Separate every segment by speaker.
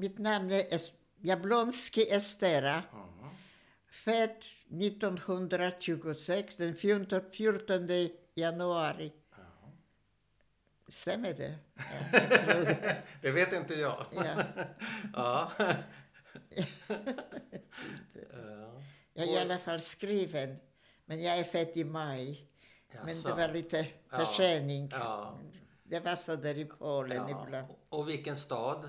Speaker 1: Mitt namn är es- Jablonski Estera.
Speaker 2: Ja.
Speaker 1: Född 1926, den 14, 14 januari.
Speaker 2: Ja.
Speaker 1: Stämmer det? Ja, jag tror det.
Speaker 2: Det vet inte jag.
Speaker 1: Ja.
Speaker 2: Ja. ja.
Speaker 1: Jag är i alla fall skriven, men jag är född i maj. Men det
Speaker 2: Jaså.
Speaker 1: var lite
Speaker 2: Ja.
Speaker 1: försening.
Speaker 2: Ja.
Speaker 1: Det var så där i Polen
Speaker 2: ja.
Speaker 1: ibland.
Speaker 2: Och vilken stad?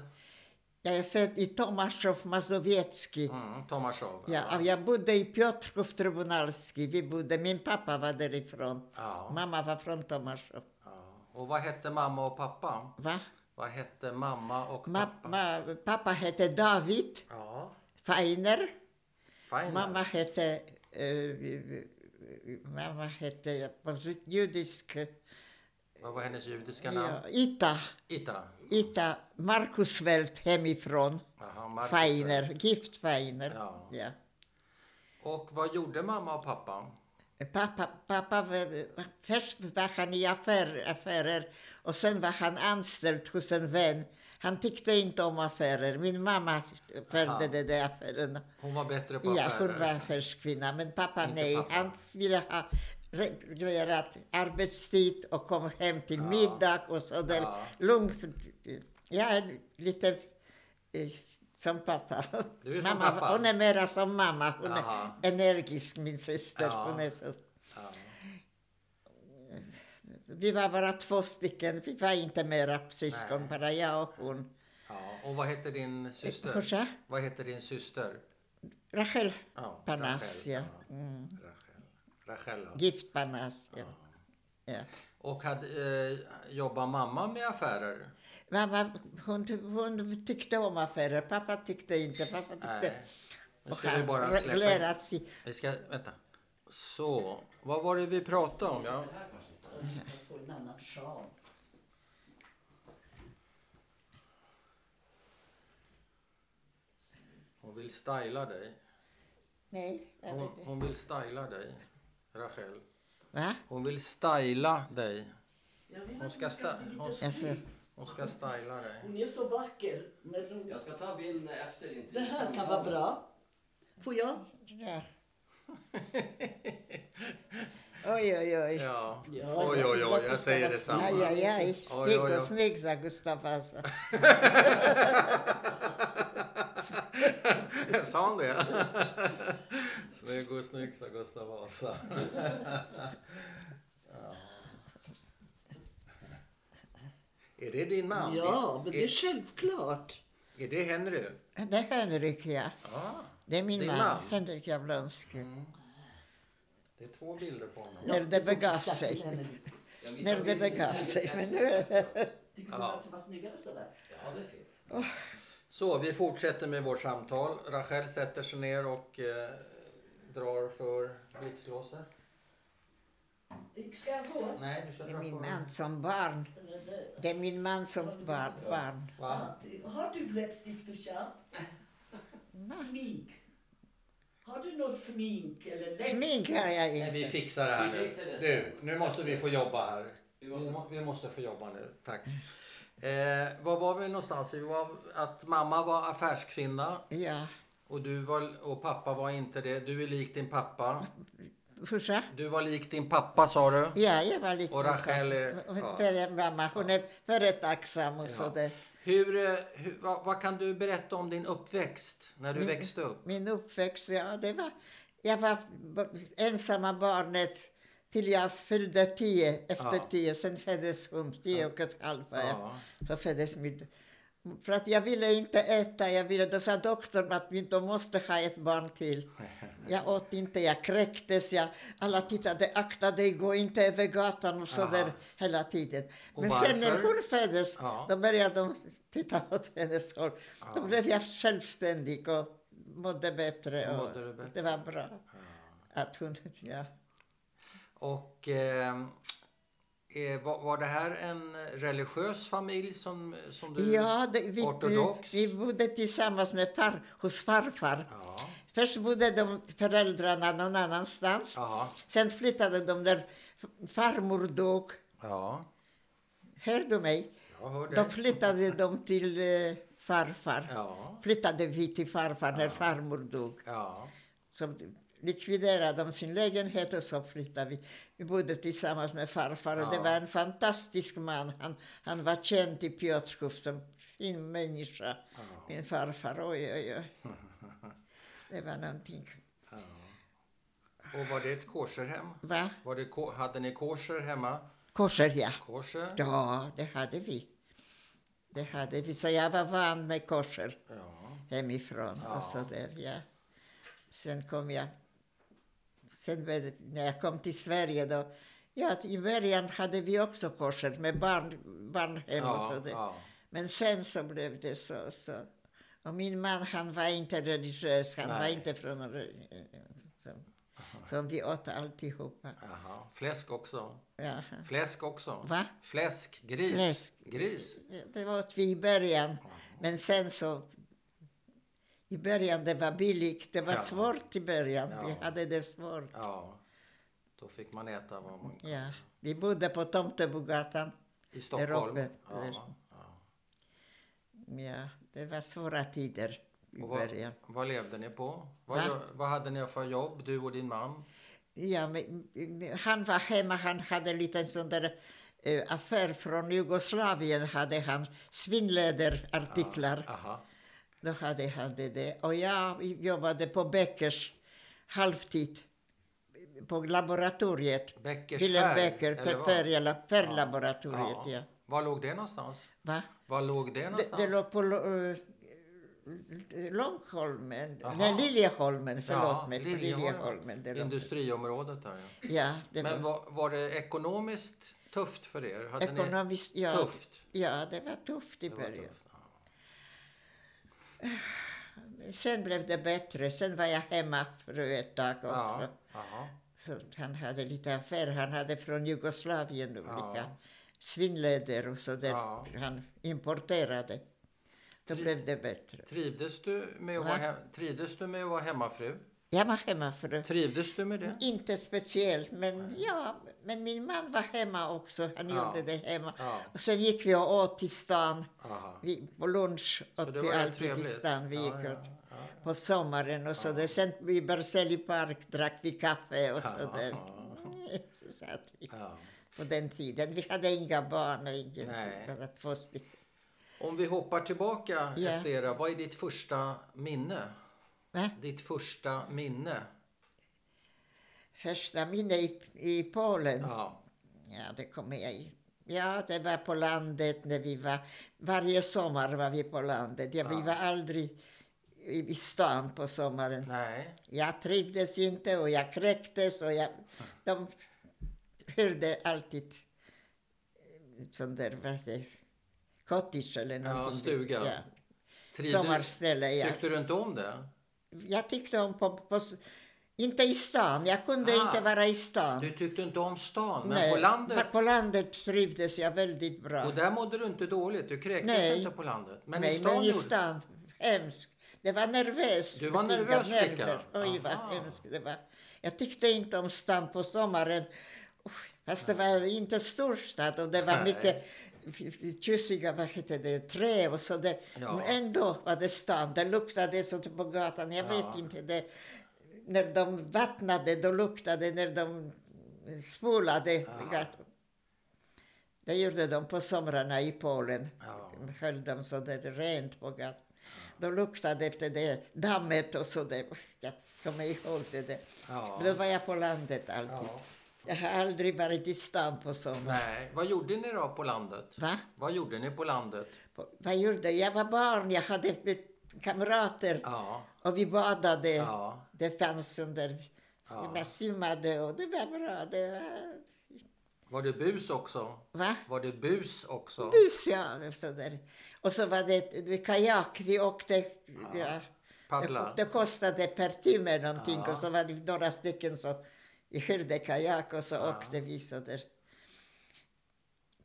Speaker 1: Jag är född i Tomaszów Mazowiecki.
Speaker 2: Mm, Tomaszov.
Speaker 1: Ja, a ja bodde i Piotrków Trybunalski. Vi bodde, min pappa var därifrån.
Speaker 2: Ja.
Speaker 1: Mamma var från Tomaszów.
Speaker 2: ja. Och vad hette mamma och pappa?
Speaker 1: Va?
Speaker 2: Vad hette mamma och pappa?
Speaker 1: Mamma, pappa hette David
Speaker 2: Ja.
Speaker 1: Feiner.
Speaker 2: Fine.
Speaker 1: Mamma hette... eh, mamma hette på judisk...
Speaker 2: Vad var hennes judiska namn?
Speaker 1: Ja, Ita.
Speaker 2: Ita.
Speaker 1: Ita Markusfeldt hemifrån.
Speaker 2: Jaha, Marcus.
Speaker 1: Feiner, gift Feiner.
Speaker 2: Ja.
Speaker 1: Ja.
Speaker 2: Och vad gjorde mamma och pappa?
Speaker 1: Pappa, pappa var, först var han i affär, affärer och sen var han anställd hos en vän. Han tyckte inte om affärer. Min mamma förde
Speaker 2: Aha.
Speaker 1: de där affärerna.
Speaker 2: Hon var bättre på
Speaker 1: Ja,
Speaker 2: affärer.
Speaker 1: hon var affärskvinna, men pappa
Speaker 2: Inte
Speaker 1: nej.
Speaker 2: pappa.
Speaker 1: Han ville ha re- reglerat arbetstid och kom hem till middag och så där.
Speaker 2: Ja.
Speaker 1: Lugnt. Jag är lite eh, som pappa.
Speaker 2: Du är som
Speaker 1: mamma
Speaker 2: pappa.
Speaker 1: Hon är mera som mamma. Hon
Speaker 2: Jaha.
Speaker 1: är energisk, min syster.
Speaker 2: Ja.
Speaker 1: Hon är så.
Speaker 2: Ja.
Speaker 1: Vi var bara två stycken. Vi var inte mera syskon,
Speaker 2: Nej.
Speaker 1: bara jag och hon.
Speaker 2: ja. Och vad hette din syster?
Speaker 1: Kursa,
Speaker 2: Vad hette din syster?
Speaker 1: Mm. Rachel
Speaker 2: Ja,
Speaker 1: Panas, ja.
Speaker 2: Rachel.
Speaker 1: Mm.
Speaker 2: Ja, Rachel. Rachel, ja.
Speaker 1: Gift Panas, ja. ja.
Speaker 2: Och hade, eh, jobbade mamma med affärer?
Speaker 1: Mamma hon, hon tyckte om affärer, pappa tyckte inte. Pappa tyckte...
Speaker 2: Nej. Nu ska vi bara släppa...
Speaker 1: reglerat sig.
Speaker 2: Vi ska... Vänta. Så. Vad var det vi pratade om? Ja. Hon vill styla dig.
Speaker 1: Nej, jag
Speaker 2: Hon,
Speaker 1: vet inte.
Speaker 2: hon vill styla dig, Rachel.
Speaker 1: Va?
Speaker 2: Hon vill styla dig.
Speaker 3: Jag vet
Speaker 2: Hon ska,
Speaker 3: inte,
Speaker 2: sta-
Speaker 3: jag blir
Speaker 2: hon,
Speaker 3: lite-
Speaker 1: Alltså,
Speaker 2: hon ska styla dig.
Speaker 3: Hon är så vacker. Men hon,
Speaker 4: Jag ska ta bilden efter intervjusamtalet.
Speaker 3: det här kan vara bra. Får jag?
Speaker 1: ja. Oj, oj, oj.
Speaker 2: Ja.
Speaker 3: Ja,
Speaker 2: Oj, oj, oj. Jag säger
Speaker 1: Aj,
Speaker 2: detsamma.
Speaker 1: aj, aj.
Speaker 2: Oj,
Speaker 1: Snygg
Speaker 2: oj, oj.
Speaker 1: och snygg, sa Gustav alltså. Vasa.
Speaker 2: Sa han det? Snygg och snygg, sa Gustav Vasa. Ja. Är det din man?
Speaker 3: Ja, men det är
Speaker 2: är,
Speaker 3: självklart.
Speaker 2: är det Henry?
Speaker 1: Det är Henrik, ja.
Speaker 2: Ja.
Speaker 1: Det är min
Speaker 2: Din
Speaker 1: man,
Speaker 2: man?
Speaker 1: Henrik Jablonski.
Speaker 2: Det är två bilder på honom.
Speaker 1: När det
Speaker 3: du får
Speaker 1: begav
Speaker 3: titta
Speaker 1: sig.
Speaker 3: till henne.
Speaker 4: Jag missade
Speaker 1: När det
Speaker 4: bilden
Speaker 1: begav
Speaker 4: sen
Speaker 1: sig,
Speaker 4: efter.
Speaker 1: men nu-
Speaker 3: Det går
Speaker 2: Ja.
Speaker 3: inte att vara snyggare sådär.
Speaker 4: Ja, det är fint.
Speaker 2: Så, vi fortsätter med vårt samtal. Rachel sätter sig ner och eh, drar för blixtlåset.
Speaker 3: Ska jag gå?
Speaker 2: Nej, du ska
Speaker 1: Det
Speaker 2: dra
Speaker 1: är min
Speaker 2: för...
Speaker 1: man som barn. Det är min man som bar, barn.
Speaker 2: Va?
Speaker 3: Har du läppstift Tusha? Smink. Har du något smink eller läppstift?
Speaker 1: Smink har jag
Speaker 2: Nej, vi
Speaker 1: inte.
Speaker 2: fixar det här
Speaker 4: Vi
Speaker 2: nu.
Speaker 4: fixar det
Speaker 2: Du,
Speaker 4: sen.
Speaker 2: nu måste vi få jobba här.
Speaker 4: Vi
Speaker 2: Vi
Speaker 4: måste-
Speaker 2: må- Vi måste få jobba nu, tack. Eh, var var vi någonstans? Vi var att mamma var affärskvinna
Speaker 1: Ja.
Speaker 2: och, du var, och pappa var inte det. Du är lik din pappa.
Speaker 1: Hursa?
Speaker 2: Du var lik din pappa sa du.
Speaker 1: Ja, jag var lite...
Speaker 2: Och Rachel är- ja.
Speaker 1: Hon är mamma. Hon är företagsam och
Speaker 2: Ja.
Speaker 1: sådär.
Speaker 2: Hur, eh, hur, vad, vad kan du berätta om din uppväxt när du
Speaker 1: Min-
Speaker 2: växte upp?
Speaker 1: Min uppväxt, ja det var... Jag var b- ensamma barnet till jag fyllde tio, efter
Speaker 2: Ja.
Speaker 1: tio. Sen föddes hon, tio och ett halvt var jag.
Speaker 2: Ja.
Speaker 1: Så föddes min... För att jag ville inte äta, jag ville... Då sa doktorn att vi då måste ha ett barn till. Jag åt inte, jag kräktes, jag... Alla tittade, akta dig, gå inte över gatan och så
Speaker 2: Aha.
Speaker 1: där hela tiden.
Speaker 2: Och
Speaker 1: Men sen när
Speaker 2: varför?
Speaker 1: hon föddes,
Speaker 2: Ja.
Speaker 1: då började de titta åt hennes håll. Då
Speaker 2: Ja.
Speaker 1: blev jag självständig och mådde bättre.
Speaker 2: Då
Speaker 1: Och
Speaker 2: mådde du bättre.
Speaker 1: Det var bra. Att hon, ja.
Speaker 2: Och eh, eh, var, var det här en religiös familj som, som du...
Speaker 1: ja det, vi, vi,
Speaker 2: ortodox?
Speaker 1: vi bodde tillsammans med far, hos farfar.
Speaker 2: Ja.
Speaker 1: Först bodde de föräldrarna någon annanstans.
Speaker 2: Jaha.
Speaker 1: Sen flyttade de där farmor dog.
Speaker 2: Ja.
Speaker 1: Hör du mig?
Speaker 2: Jag hör dig.
Speaker 1: Då flyttade de till eh, farfar.
Speaker 2: Ja.
Speaker 1: Flyttade vi till farfar när farmor dog.
Speaker 2: Ja.
Speaker 1: Så likviderade de sin lägenhet och så flyttade vi. Vi bodde tillsammans med farfar och det
Speaker 2: Ja.
Speaker 1: var en fantastisk man. Han, han var känd i Piotrków som fin människa,
Speaker 2: Ja.
Speaker 1: min farfar. Oj, oj, oj. Det var någonting.
Speaker 2: Och var det ett kosherhem?
Speaker 1: Va?
Speaker 2: Var det, ko- hade ni kosher hemma?
Speaker 1: Korser, ja.
Speaker 2: Kosher?
Speaker 1: Ja, det hade vi. Det hade vi, så jag var van med korser
Speaker 2: Ja.
Speaker 1: hemifrån och
Speaker 2: Ja.
Speaker 1: så där, ja. Sen kom jag... Sen blev- när jag kom till Sverige då, ja, att i början hade vi också korser med barn, barnhem och så
Speaker 2: Ja.
Speaker 1: där.
Speaker 2: ja.
Speaker 1: Men sen så blev det så. så. Och min man han var inte religiös, han var
Speaker 2: Nej.
Speaker 1: inte från... re- Som, som vi åt alltihopa.
Speaker 2: Jaha. Fläsk också?
Speaker 1: Ja.
Speaker 2: Fläsk också?
Speaker 1: Va?
Speaker 2: Fläsk? Gris?
Speaker 1: Fläsk.
Speaker 2: Gris?
Speaker 1: Det var åt vi i början. Men sen så... I början det var billigt. Det var
Speaker 2: Ja.
Speaker 1: svårt i början. Vi
Speaker 2: Ja.
Speaker 1: hade det svårt.
Speaker 2: Ja. Då fick man äta vad man
Speaker 1: Ja. Vi bodde på Tomtebogatan.
Speaker 2: I Stockholm?
Speaker 1: Robert,
Speaker 2: Ja.
Speaker 1: där. Ja, det var svåra tider i
Speaker 2: Och vad,
Speaker 1: början.
Speaker 2: vad levde ni på? Vad,
Speaker 1: Va?
Speaker 2: gör- vad hade ni för jobb, du och din man?
Speaker 1: Ja, men, men han var hemma. Han hade en liten sån där eh, affär från Jugoslavien. hade han Svinnläderartiklar.
Speaker 2: Aha.
Speaker 1: Då hade han det. där. Och jag jobbade på Beckers halvtid på laboratoriet.
Speaker 2: Beckers
Speaker 1: Wilhelm
Speaker 2: färg,
Speaker 1: Becker,
Speaker 2: eller
Speaker 1: fär-
Speaker 2: vad?
Speaker 1: färgla- färglaboratoriet. Ja.
Speaker 2: Var låg det någonstans?
Speaker 1: Va?
Speaker 2: Var låg det
Speaker 1: Det,
Speaker 2: någonstans?
Speaker 1: det låg på Lo- eh, Långholmen,
Speaker 2: Jaha.
Speaker 1: nej Liljeholmen, förlåt
Speaker 2: Ja,
Speaker 1: mig. på Liljeholmen. Det låg-
Speaker 2: Industriområdet där ja.
Speaker 1: ja, det
Speaker 2: Men
Speaker 1: var
Speaker 2: var, var det ekonomiskt tufft för er? Hade
Speaker 1: ekonomiskt,
Speaker 2: ni
Speaker 1: ja.
Speaker 2: tufft?
Speaker 1: Ja, det var tufft i
Speaker 2: Det var
Speaker 1: början.
Speaker 2: tufft, ja.
Speaker 1: Sen blev det bättre. Sen var jag hemma för ett tag också.
Speaker 2: Ja, ja,
Speaker 1: Så att han hade lite affär. Han hade från Jugoslavien olika
Speaker 2: Ja.
Speaker 1: svinnläder och så där.
Speaker 2: Ja.
Speaker 1: Han importerade. Då
Speaker 2: Tri-
Speaker 1: blev det bättre.
Speaker 2: Trivdes, du med att
Speaker 1: Va?
Speaker 2: vara he- trivdes du med att vara hemmafru?
Speaker 1: Jag var hemma för
Speaker 2: Trivdes du med det?
Speaker 1: Inte speciellt, men ja, men min man var hemma också. Han
Speaker 2: Ja.
Speaker 1: gjorde det hemma.
Speaker 2: Ja.
Speaker 1: Och sen gick vi och åt i stan.
Speaker 2: Aha.
Speaker 1: Vi, på lunch åt
Speaker 2: Så det
Speaker 1: vi
Speaker 2: var ju
Speaker 1: alltid i
Speaker 2: trevligt.
Speaker 1: stan. Vi
Speaker 2: Ja,
Speaker 1: gick
Speaker 2: ja,
Speaker 1: åt på sommaren och så där. Sen i Berzelii park drack vi kaffe och så
Speaker 2: Ja,
Speaker 1: där.
Speaker 2: ja.
Speaker 1: Så satt vi.
Speaker 2: Ja.
Speaker 1: på den tiden. Vi hade inga barn och ingenting.
Speaker 2: Nej.
Speaker 1: Bara två stycken.
Speaker 2: Om vi hoppar tillbaka,
Speaker 1: Ja.
Speaker 2: Estera, vad är ditt första minne?
Speaker 1: Va?
Speaker 2: Ditt första minne?
Speaker 1: Första minne i, i Polen, ja.
Speaker 2: Ja.
Speaker 1: det kommer jag i. Ja, det var på landet när vi var... Varje sommar var vi på landet. Ja, Vi
Speaker 2: Ja.
Speaker 1: var aldrig i, i stan på sommaren.
Speaker 2: Nej.
Speaker 1: Jag trivdes inte och jag kräktes och jag... De hörde alltid eh, sån där, vad heter det, cottage eller
Speaker 2: Ja,
Speaker 1: någonting.
Speaker 2: stuga.
Speaker 1: Ja,
Speaker 2: Trivdes,
Speaker 1: sommarställe, ja.
Speaker 2: tyckte du inte om det?
Speaker 1: Jag tyckte om på, på, inte i stan, jag kunde
Speaker 2: Ah.
Speaker 1: inte vara i stan.
Speaker 2: Du tyckte inte om stan, men
Speaker 1: Nej,
Speaker 2: på landet?
Speaker 1: På landet trivdes jag väldigt bra.
Speaker 2: Och där mådde du inte dåligt? Du kräktes
Speaker 1: Nej.
Speaker 2: inte på landet? Men i
Speaker 1: Nej,
Speaker 2: stan
Speaker 1: men i
Speaker 2: gjorde du?
Speaker 1: stan, hemskt. Det var nervöst.
Speaker 2: Du var
Speaker 1: med vilka
Speaker 2: nervös flicka?
Speaker 1: nerver. Oj, vad
Speaker 2: Aha.
Speaker 1: hemskt det var. Jag tyckte inte om stan på sommaren. Uff, Fast det var inte storstad och det var
Speaker 2: Nej.
Speaker 1: mycket f- f- tjusiga, vad heter det, trä och så där.
Speaker 2: Ja.
Speaker 1: Men ändå var det stan. Det luktade så typ på gatan. Jag
Speaker 2: Ja.
Speaker 1: vet inte. Det, när de vattnade, då luktade När de spolade gatan. Det gjorde de på somrarna i Polen.
Speaker 2: Ja.
Speaker 1: Höll dem så det rent på gatan. De luktade efter det dammet och så där. Jag kommer ihåg det där.
Speaker 2: Ja.
Speaker 1: Då var jag på landet alltid.
Speaker 2: Ja.
Speaker 1: Jag har aldrig varit i stan på sommaren.
Speaker 2: Nej. Vad gjorde ni då på landet?
Speaker 1: Va?
Speaker 2: Vad gjorde ni på landet?
Speaker 1: På- Vad gjorde jag? Jag var barn, jag hade kamrater
Speaker 2: Ja.
Speaker 1: och vi badade.
Speaker 2: Ja.
Speaker 1: Det fanns under...
Speaker 2: Ja.
Speaker 1: Man simmade och det var bra. Det var...
Speaker 2: Var det bus också?
Speaker 1: Va?
Speaker 2: Var det bus också?
Speaker 1: Bus, ja. och Så där. Och så var det ett kajak. Vi åkte... Ja.
Speaker 2: Paddla?
Speaker 1: Det kostade per timme någonting
Speaker 2: Ja.
Speaker 1: och så var det några stycken som vi hyrde kajak och så åkte vi så där.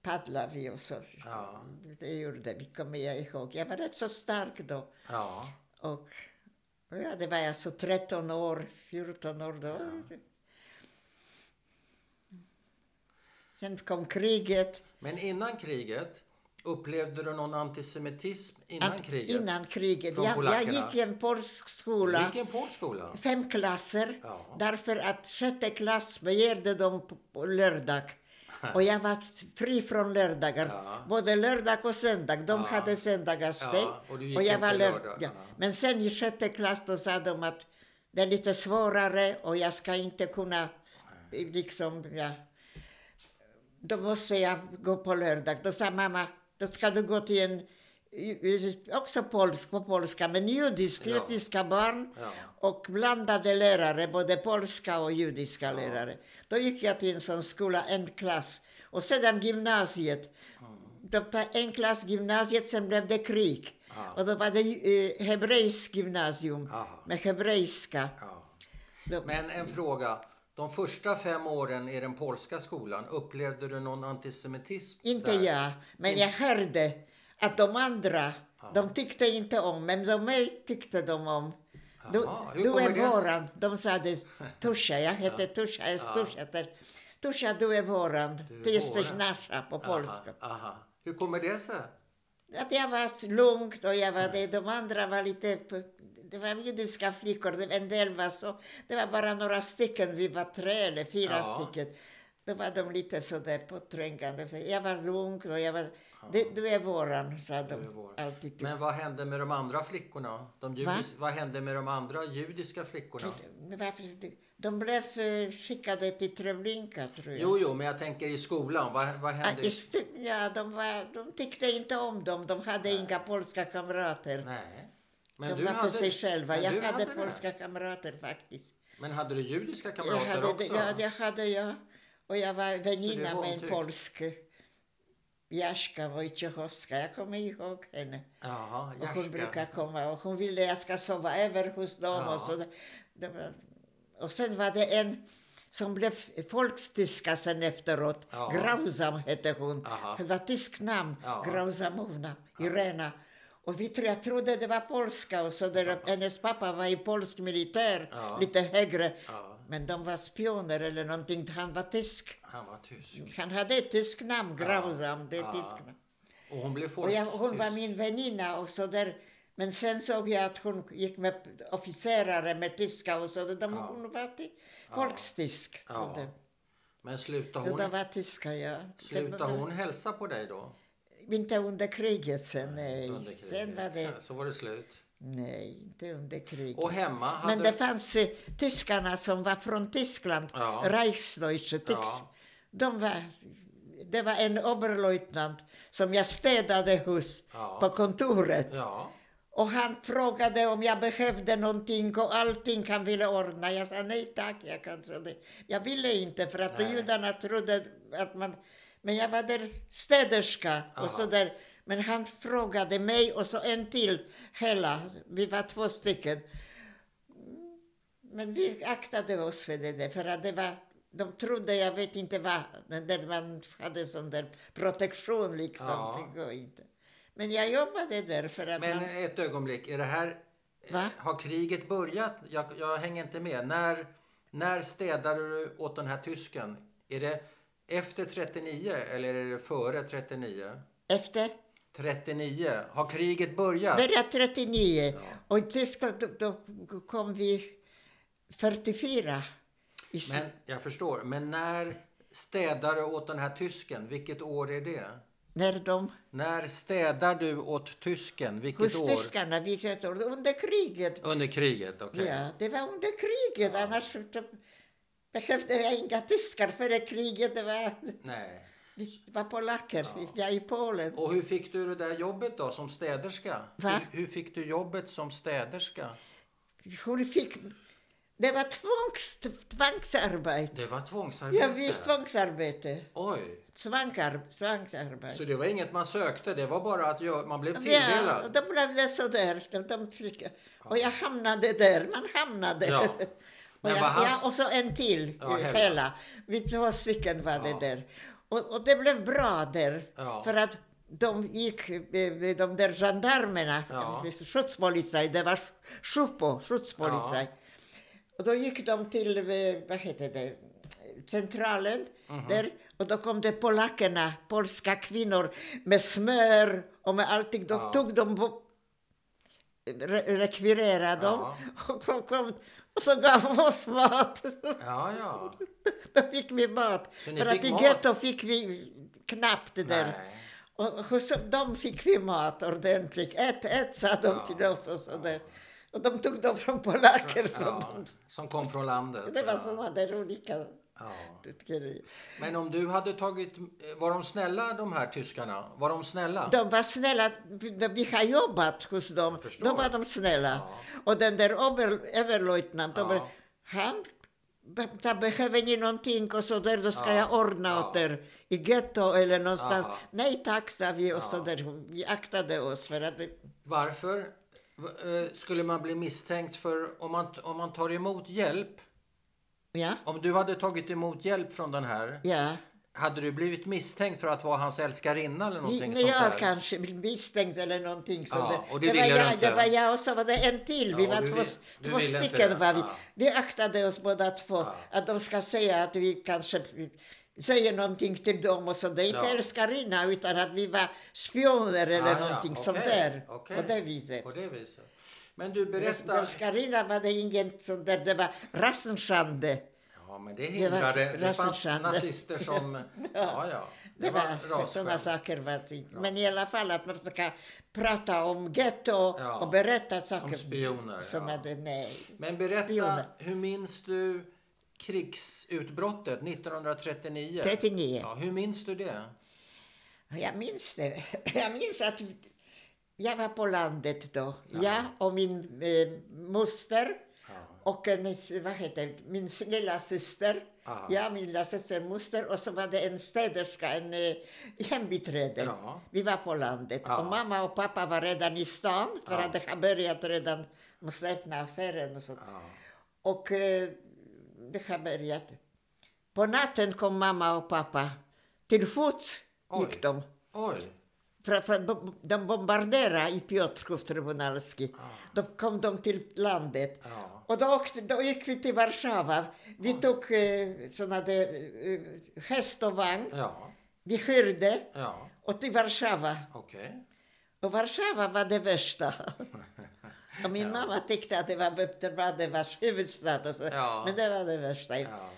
Speaker 1: Paddlade vi och så.
Speaker 2: Ja.
Speaker 1: Det gjorde vi, kommer jag ihåg. Jag var rätt så stark då.
Speaker 2: Ja.
Speaker 1: Och ja, det var alltså 13 år, 14 år då. Sen kom kriget.
Speaker 2: Men innan kriget, Upplevde du någon antisemitism innan
Speaker 1: Att-
Speaker 2: kriget?
Speaker 1: Innan kriget.
Speaker 2: Från
Speaker 1: Jag, jag
Speaker 2: polackerna.
Speaker 1: gick i en polsk
Speaker 2: Du
Speaker 1: skola.
Speaker 2: gick i en polsk skola?
Speaker 1: fem klasser
Speaker 2: Ja.
Speaker 1: därför att sjätte klass begärde dem på, på lördag. Och jag var fri från lördagar.
Speaker 2: Ja.
Speaker 1: Både lördag och söndag. De
Speaker 2: Ja.
Speaker 1: hade söndagarstängt.
Speaker 2: Ja, och du gick
Speaker 1: jag
Speaker 2: inte
Speaker 1: var
Speaker 2: lördag.
Speaker 1: lörd- Ja.
Speaker 2: Ja.
Speaker 1: Men sen i sjätte klass då sa de att det är lite svårare och jag ska inte kunna eh, liksom, ja. Då måste jag gå på lördag. Då sa mamma, då ska du gå till en, i- i- också polsk, på polska, men judisk,
Speaker 2: Ja.
Speaker 1: judiska barn.
Speaker 2: Ja.
Speaker 1: Och blandade lärare, både polska och judiska lärare. Då gick jag till en sån skola, en klass. Och sedan gymnasiet. Då var en klass gymnasiet, sen blev det krig.
Speaker 2: Ja.
Speaker 1: Och då var det eh, hebreiskt gymnasium
Speaker 2: Aha.
Speaker 1: med hebreiska.
Speaker 2: Ja.
Speaker 1: Då,
Speaker 2: Men en fråga. De första fem åren i den polska skolan, upplevde du någon antisemitism?
Speaker 1: inte
Speaker 2: där?
Speaker 1: jag, men jag hörde att de andra,
Speaker 2: Ah.
Speaker 1: de tyckte inte om, men de mig tyckte de om. Du,
Speaker 2: Jaha, hur
Speaker 1: du e
Speaker 2: kommer
Speaker 1: är
Speaker 2: det sig?
Speaker 1: våran. De sa det. Tusha, jag
Speaker 2: Ah.
Speaker 1: heter Tusha, jag är Tusha. Tusha, du är våran.
Speaker 2: Du är
Speaker 1: Du jesteś
Speaker 2: våran.
Speaker 1: nasza på polska.
Speaker 2: Aha, aha. Hur kommer det sig?
Speaker 1: Att jag var lugnt och jag
Speaker 2: Mm.
Speaker 1: var det. De andra var lite... Det var judiska flickor, det- en del var så. Det var bara några stycken, vi var tre eller fyra
Speaker 2: Ja.
Speaker 1: stycken. Då var de lite sådär påträngande. Så Jag var lugn och jag var... "Det- Du är våran, sa
Speaker 2: Du är
Speaker 1: de
Speaker 2: vår.
Speaker 1: alltid.
Speaker 2: Men vad hände med de andra flickorna? De judis, vad hände med de andra judiska flickorna?
Speaker 1: Men varför- De blev eh, skickade till Treblinka, tror jag.
Speaker 2: Jo, jo, men jag tänker i skolan. Vad, vad
Speaker 1: Ja,
Speaker 2: hände? i-
Speaker 1: just, det. ja, de, var, de tyckte inte om dem. De hade inga polska kamrater.
Speaker 2: Nej.
Speaker 1: de var för sig själva.
Speaker 2: men
Speaker 1: Jag
Speaker 2: du
Speaker 1: hade
Speaker 2: det.
Speaker 1: polska kamrater faktiskt.
Speaker 2: Men hade du judiska
Speaker 1: Jag
Speaker 2: kamrater
Speaker 1: hade,
Speaker 2: också?
Speaker 1: ja, jag hade jag. Och jag var
Speaker 2: Så du
Speaker 1: väninna
Speaker 2: var
Speaker 1: med en
Speaker 2: omtyckt.
Speaker 1: polsk. eh, Jaśka Wojciechowska. Jag kommer ihåg henne.
Speaker 2: Jaha,
Speaker 1: Och hon
Speaker 2: Jerska.
Speaker 1: brukar komma och hon ville jag ska sova över hos dem.
Speaker 2: Ja.
Speaker 1: Och, så, det var, och sen var det en som blev folkstyska sen efteråt.
Speaker 2: Ja.
Speaker 1: Grausam hette hon.
Speaker 2: Aha.
Speaker 1: Det var tyskt namn.
Speaker 2: Ja.
Speaker 1: Grausamovna, Irena. Och vi, tro- jag trodde det var polska. Och så där, Hennes pappa var i polsk militär,
Speaker 2: Ja.
Speaker 1: lite högre.
Speaker 2: Ja,
Speaker 1: Men de var spioner eller någonting. Han var tysk.
Speaker 2: han var tysk.
Speaker 1: Han hade ett tyskt namn, Grausam. Det är
Speaker 2: Ja.
Speaker 1: tyskt namn.
Speaker 2: Och hon blev
Speaker 1: Och jag,
Speaker 2: folktysk.
Speaker 1: hon var min väninna och så där. Men sen såg jag att hon gick med officerare med tyska och så. där. De,
Speaker 2: Ja.
Speaker 1: Hon var till folkstysk. så
Speaker 2: Ja.
Speaker 1: där.
Speaker 2: Men slutade
Speaker 1: Så de
Speaker 2: hon,
Speaker 1: var tyska, ja. Det
Speaker 2: sluta
Speaker 1: var väl-
Speaker 2: hon hälsa på dig då?
Speaker 1: Inte under kriget sen, nej.
Speaker 2: Under kriget.
Speaker 1: Sen var det...
Speaker 2: Så var det slut.
Speaker 1: Nej, inte under kriget.
Speaker 2: Och hemma hade
Speaker 1: Men det fanns eh, tyskarna som var från Tyskland,
Speaker 2: Ja.
Speaker 1: Reichsdeutsche, tycks,
Speaker 2: Ja.
Speaker 1: de var, det var en oberlöjtnant som jag städade hos
Speaker 2: Ja.
Speaker 1: på kontoret.
Speaker 2: Ja.
Speaker 1: Och han frågade om jag behövde någonting och allting han ville ordna. Jag sa nej tack, jag kan så det. Jag ville inte för att
Speaker 2: Nej.
Speaker 1: judarna trodde att man... Men jag var där städerska
Speaker 2: Aha.
Speaker 1: och så där. Men han frågade mig och så en till, Hela. Vi var två stycken. Men vi aktade oss för det där, för att det var... De trodde, jag vet inte vad, men där man hade sån där protektion liksom.
Speaker 2: Ja.
Speaker 1: Det går inte. Men jag jobbade där för att
Speaker 2: Men
Speaker 1: man...
Speaker 2: ett ögonblick, är det här...
Speaker 1: Va?
Speaker 2: Har kriget börjat? Jag, jag hänger inte med. När, när städade du åt den här tysken? Är det efter 39 eller är det före 39?
Speaker 1: Efter?
Speaker 2: 39. Har kriget börjat?
Speaker 1: Började 39.
Speaker 2: Ja.
Speaker 1: Och i Tyskland då, då kom vi 44. I s-
Speaker 2: Men jag förstår. Men när städar du åt den här tysken? Vilket år är det?
Speaker 1: när de,
Speaker 2: När städar du åt tysken? Vilket
Speaker 1: hos
Speaker 2: år?
Speaker 1: tyskarna, vilket år? Under kriget.
Speaker 2: Under kriget, okej.
Speaker 1: Ja, det var under kriget. Annars då, behövde jag inga tyskar före kriget. Det var,
Speaker 2: Nej.
Speaker 1: det var polacker. Jag i Polen.
Speaker 2: Och hur fick du det där jobbet då som städerska?
Speaker 1: Va?
Speaker 2: Hur, hur fick du jobbet som städerska?
Speaker 1: Hon fick... Det var tvångs, tvangsarbete.
Speaker 2: Det var tvångsarbete?
Speaker 1: Ja, visst tvångsarbete.
Speaker 2: Oj!
Speaker 1: Svankar, svangsarbete.
Speaker 2: Så det var inget man sökte, det var bara att gö- man blev
Speaker 1: Ja, och
Speaker 2: tilldelad?
Speaker 1: då blev det så där. De, de fick, och jag hamnade där, man hamnade.
Speaker 2: Ja.
Speaker 1: och,
Speaker 2: Men
Speaker 1: jag,
Speaker 2: vad han-
Speaker 1: ja, och så en till,
Speaker 2: Ja,
Speaker 1: ja,
Speaker 2: Hella.
Speaker 1: Hella. Vi två stycken var
Speaker 2: Ja.
Speaker 1: det där. Och, och det blev bra där.
Speaker 2: Ja.
Speaker 1: För att de gick, eh, de där gendarmerna,
Speaker 2: Ja.
Speaker 1: skjutspolisaj, det var Schupo, skjutspolisaj. Och då gick de till, eh, vad heter det, centralen där Och då kom det polackerna, polska kvinnor, med smör och med allting. Då
Speaker 2: Ja.
Speaker 1: tog de bo- re- rekvirerade dem
Speaker 2: Ja.
Speaker 1: och, kom, kom, och så gav de oss mat.
Speaker 2: Ja, ja.
Speaker 1: Då fick vi mat.
Speaker 2: Så ni
Speaker 1: För att
Speaker 2: fick
Speaker 1: i
Speaker 2: mat?
Speaker 1: getto fick vi knappt det där.
Speaker 2: Nej.
Speaker 1: Och hos dem fick vi mat ordentligt. Ett, ett sa de
Speaker 2: Ja.
Speaker 1: till oss och sådär. Och de tog dem från polacker. Från
Speaker 2: Ja,
Speaker 1: dem.
Speaker 2: som kom från landet.
Speaker 1: Det var
Speaker 2: Ja.
Speaker 1: sådana där olika
Speaker 2: Ja.
Speaker 1: grejer.
Speaker 2: Men om du hade tagit... Var de snälla, de här tyskarna? Var de snälla?
Speaker 1: De var snälla. Vi- Vi har jobbat hos dem.
Speaker 2: Jag förstår.
Speaker 1: Då var de snälla. Och den där ober, överlöjtnant,
Speaker 2: Ja.
Speaker 1: ober, han be- ta- behöver ni någonting och så där, då ska
Speaker 2: Ja.
Speaker 1: jag ordna
Speaker 2: Ja.
Speaker 1: åt er i getto eller någonstans.
Speaker 2: Aha.
Speaker 1: Nej tack, sa vi och
Speaker 2: Ja.
Speaker 1: så där. Vi aktade oss för att... det-
Speaker 2: Varför v- eh, skulle man bli misstänkt för... Om man, om man tar emot hjälp...
Speaker 1: Ja,
Speaker 2: Om du hade tagit emot hjälp från den här,
Speaker 1: ja.
Speaker 2: hade du blivit misstänkt för att vara hans älskarinna eller någonting
Speaker 1: Nej,
Speaker 2: sånt
Speaker 1: jag
Speaker 2: där?
Speaker 1: kanske blev misstänkt eller någonting. Så
Speaker 2: Ja,
Speaker 1: det,
Speaker 2: och det
Speaker 1: var
Speaker 2: ville du
Speaker 1: jag,
Speaker 2: inte.
Speaker 1: det var jag och så var det en till. Vi
Speaker 2: Ja,
Speaker 1: var
Speaker 2: du
Speaker 1: två,
Speaker 2: vill- du
Speaker 1: två
Speaker 2: ville inte det.
Speaker 1: stycken. Var vi.
Speaker 2: Ja.
Speaker 1: vi aktade oss båda två. Att de ska säga att vi kanske säger någonting till dem och så. Det är inte
Speaker 2: Ja.
Speaker 1: älskarinna utan att vi var spioner eller
Speaker 2: Ah, ja,
Speaker 1: någonting sånt
Speaker 2: okej,
Speaker 1: där.
Speaker 2: okej.
Speaker 1: På det viset.
Speaker 2: På det viset. Men du, berätta...
Speaker 1: Älskarinna var det inget sånt där. Det var rassenschande.
Speaker 2: Ja, men det
Speaker 1: Det var
Speaker 2: hindrade... Det, fanns
Speaker 1: rasistiskt.
Speaker 2: nazister som... ja, ja.
Speaker 1: Det var
Speaker 2: rasskämt.
Speaker 1: sådana saker. Var det. Men i alla fall att man ska prata om getto
Speaker 2: Ja,
Speaker 1: och berätta saker.
Speaker 2: spioner,
Speaker 1: Såna
Speaker 2: ja.
Speaker 1: där, nej.
Speaker 2: Men berätta,
Speaker 1: Spioner.
Speaker 2: hur minns du krigsutbrottet 1939?
Speaker 1: 39.
Speaker 2: Ja, hur minns du det?
Speaker 1: Jag minns det. Jag minns att jag var på landet då. Jag och min eh, moster och hennes, vad heter det, min lilla syster.
Speaker 2: Ja.
Speaker 1: Jag, min lilla syster, moster och så var det en städerska, en eh, hembiträde.
Speaker 2: Ja.
Speaker 1: Vi var på landet
Speaker 2: Ja.
Speaker 1: och mamma och pappa var redan i stan för
Speaker 2: Ja.
Speaker 1: att det har börjat redan, måste öppna affären och sånt.
Speaker 2: Ja.
Speaker 1: Och eh, det har börjat. På natten kom mamma och pappa. Till fots
Speaker 2: Oj.
Speaker 1: gick de.
Speaker 2: Oj!
Speaker 1: För, för bo- de bombarderade i Piotrków Tribunalski. Då kom de till landet.
Speaker 2: Ja.
Speaker 1: Och då, åkte, då gick vi till Warszawa. Vi tog eh, såna där, eh, häst och vagn.
Speaker 2: Ja,
Speaker 1: Vi hyrde
Speaker 2: ja,
Speaker 1: och till Warszawa.
Speaker 2: okej.
Speaker 1: Och Warszawa var det värsta. Och min mamma tyckte att det var, det var det var huvudstad. Och så.
Speaker 2: Ja.
Speaker 1: Men det var det värsta.
Speaker 2: Ja.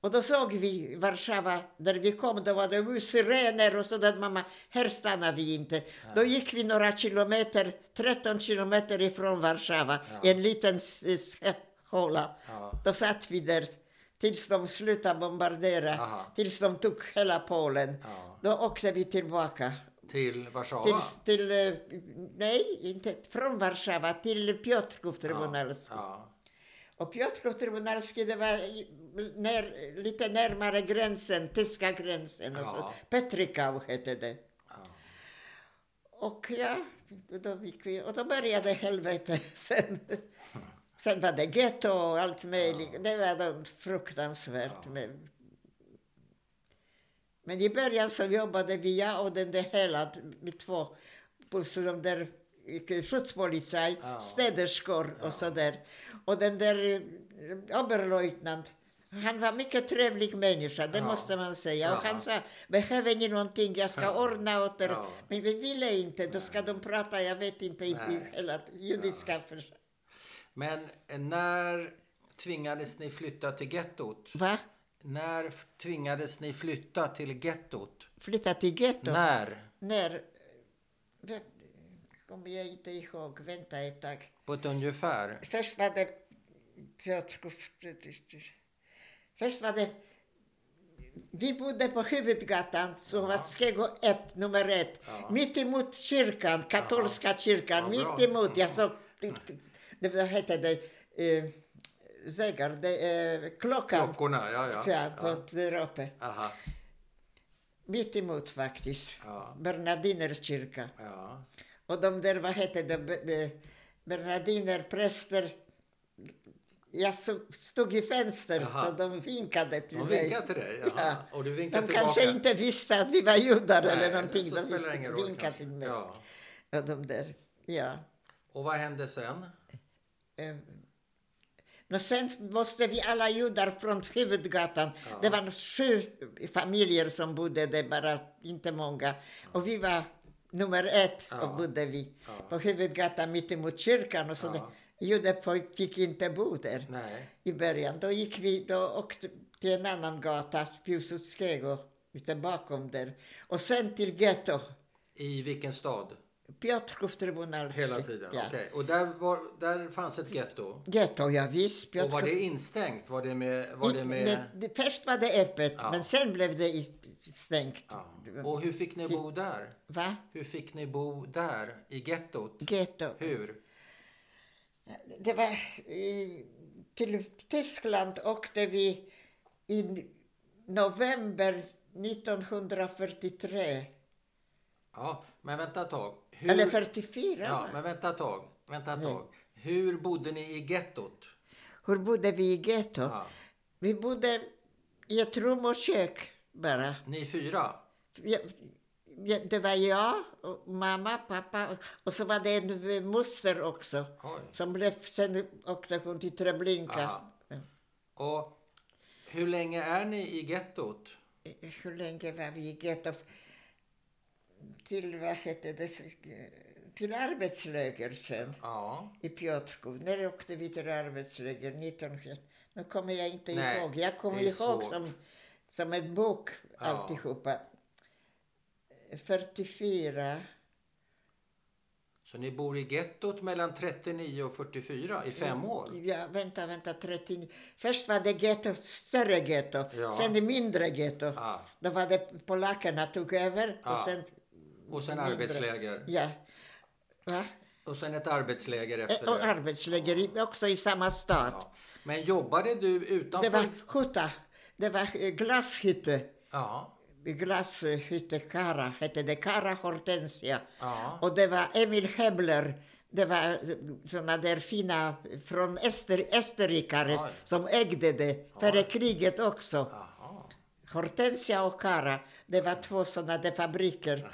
Speaker 1: Och då såg vi Warszawa, när vi kom då var det ju sirener och sådär. Mamma, här stannar vi inte. Då gick vi några kilometer, 13 kilometer ifrån Warszawa, i en liten s- s- håla.
Speaker 2: Ja.
Speaker 1: Då satt vi där tills de slutade bombardera,
Speaker 2: Aha.
Speaker 1: tills de tog hela Polen.
Speaker 2: Ja.
Speaker 1: Då åkte vi tillbaka.
Speaker 2: Till Warszawa?
Speaker 1: Till, till, eh, nej, inte från Warszawa, till Piotrków Tribunalski.
Speaker 2: Ja,
Speaker 1: Och Piotrków Tribunalski, det var i- när, lite närmare gränsen, tyska gränsen. Och
Speaker 2: Ja.
Speaker 1: så. Petrikau hette det.
Speaker 2: ja.
Speaker 1: Och ja, då gick vi, och då började helvetet sen. Sen var det getto och allt möjligt. Det var då fruktansvärt. Men, men i början så jobbade vi, jag och den där hela, vi två, på så de där eh, skyddspolisaj,
Speaker 2: Ja.
Speaker 1: städerskor och så där. Och den där eh, oberlöjtnant, han var mycket trevlig människa, det
Speaker 2: Ja.
Speaker 1: måste man säga. Och
Speaker 2: Ja.
Speaker 1: han sa, behöver ni någonting, jag ska ordna åt er.
Speaker 2: Ja.
Speaker 1: Men vi ville inte, då ska de prata, jag vet inte, i i
Speaker 2: Nej.
Speaker 1: hela judiska förs-
Speaker 2: Men eh, när tvingades ni flytta till gettot?
Speaker 1: Va?
Speaker 2: När f- tvingades ni flytta till gettot?
Speaker 1: Flytta till getto?
Speaker 2: När?
Speaker 1: När? Vä- Kommer jag inte ihåg, vänta ett tag.
Speaker 2: På ett ungefär?
Speaker 1: Först var det Piotrków... Först var det... Vi bodde på Huvudgatan, Slovatskiego 1, nummer 1. Mitt emot kyrkan, katolska kyrkan.
Speaker 2: Ja, bra. Mm.
Speaker 1: mitt emot. Jag såg... Det, vad hette det? Eh, Zegar, det, eh, klockan.
Speaker 2: Klockorna, ja, ja.
Speaker 1: Ja, på där uppe.
Speaker 2: Aha,
Speaker 1: Mitt emot faktiskt.
Speaker 2: Ja.
Speaker 1: Bernardinerkyrka.
Speaker 2: ja.
Speaker 1: Och de där, vad hette de, be- be- bernardiner, präster. Jag so- stod i fönster
Speaker 2: Jaha.
Speaker 1: så de vinkade till
Speaker 2: De
Speaker 1: mig.
Speaker 2: vinkade till dig? Jaha. Och du vinkade
Speaker 1: de
Speaker 2: tillbaka?
Speaker 1: kanske inte visste att vi var judar eller
Speaker 2: Nej,
Speaker 1: någonting.
Speaker 2: så
Speaker 1: De
Speaker 2: spelar det ingen roll
Speaker 1: vinkade
Speaker 2: kanske.
Speaker 1: till mig.
Speaker 2: Ja.
Speaker 1: Och de där, ja.
Speaker 2: Och vad hände sen?
Speaker 1: Eh, Ehm, Men sen måste vi alla judar från huvudgatan, det var sju familjer som bodde där, bara inte många. Och vi var nummer ett
Speaker 2: Ja.
Speaker 1: och bodde vi
Speaker 2: Ja.
Speaker 1: på huvudgatan mittemot kyrkan och sådär. Judar fick inte bo där
Speaker 2: Nej.
Speaker 1: i början. Då gick vi då åkte till en annan gata, Piłsudskiego, lite bakom där. Och sen till getto,
Speaker 2: I vilken stad?
Speaker 1: Piotrków Trybunalski.
Speaker 2: Hela tiden?
Speaker 1: Ja.
Speaker 2: Okej. Och där, var, där fanns ett getto?
Speaker 1: Getto, ja visst.
Speaker 2: Och var
Speaker 1: Piotrków-
Speaker 2: det instängt? Var det med... Var det
Speaker 1: Nej,
Speaker 2: med
Speaker 1: det- först var det öppet,
Speaker 2: Ja.
Speaker 1: men sen blev det i- stängt.
Speaker 2: ja. Och hur fick ni bo där?
Speaker 1: Va?
Speaker 2: Hur fick ni bo där, i gettot?
Speaker 1: Getto.
Speaker 2: Hur?
Speaker 1: Det var... eh, Till Tyskland åkte vi i november 1943.
Speaker 2: Ja, men vänta ett tag. Hur...
Speaker 1: Eller 44.
Speaker 2: Ja,
Speaker 1: va?
Speaker 2: men vänta ett tag. Vänta ett tag. Hur bodde ni i gettot?
Speaker 1: Hur bodde vi i getto?
Speaker 2: Ja.
Speaker 1: Vi bodde i ett rum och kök bara.
Speaker 2: Ni fyra?
Speaker 1: Jag, jag, det var jag, och mamma, pappa och, och så var det en eh, moster också.
Speaker 2: Oj.
Speaker 1: Som blev, sen åkte hon till Treblinka.
Speaker 2: Ja. Och hur länge är ni i gettot?
Speaker 1: Eh, Hur länge var vi i getto? Till, vad hette det, till arbetsläger sen
Speaker 2: Ja.
Speaker 1: i Piotrków. När åkte vi till arbetsläger? 19... Nu kommer jag inte
Speaker 2: Nej,
Speaker 1: ihåg. Jag kommer
Speaker 2: det är
Speaker 1: ihåg
Speaker 2: svårt.
Speaker 1: som, som ett bok
Speaker 2: Ja.
Speaker 1: alltihopa. Eh, 44.
Speaker 2: Så ni bor i gettot mellan 39 och 44 i fem år?
Speaker 1: Mm. Ja, vänta, vänta, 39. Först var det getto, större getto,
Speaker 2: Ja.
Speaker 1: sen det mindre getto.
Speaker 2: Ja.
Speaker 1: Då var det polackerna tog över
Speaker 2: Ja.
Speaker 1: och sen...
Speaker 2: Och sen
Speaker 1: mindre.
Speaker 2: arbetsläger.
Speaker 1: Ja. Va?
Speaker 2: Och sen ett arbetsläger efter
Speaker 1: Eh, Och
Speaker 2: det.
Speaker 1: arbetsläger i- också i samma stad.
Speaker 2: Ja. Men jobbade du
Speaker 1: Det
Speaker 2: utanför?
Speaker 1: var huta, det var eh, glasshytte.
Speaker 2: Ja.
Speaker 1: Glasshytte Kara hette det, Kara Hortensia.
Speaker 2: Ja.
Speaker 1: Och det var Emil Hebler, det var eh, såna där fina från Öster, österrikare
Speaker 2: Oj.
Speaker 1: som ägde det, före kriget också.
Speaker 2: Jaha.
Speaker 1: Hortensia och Kara, det var två såna där fabriker.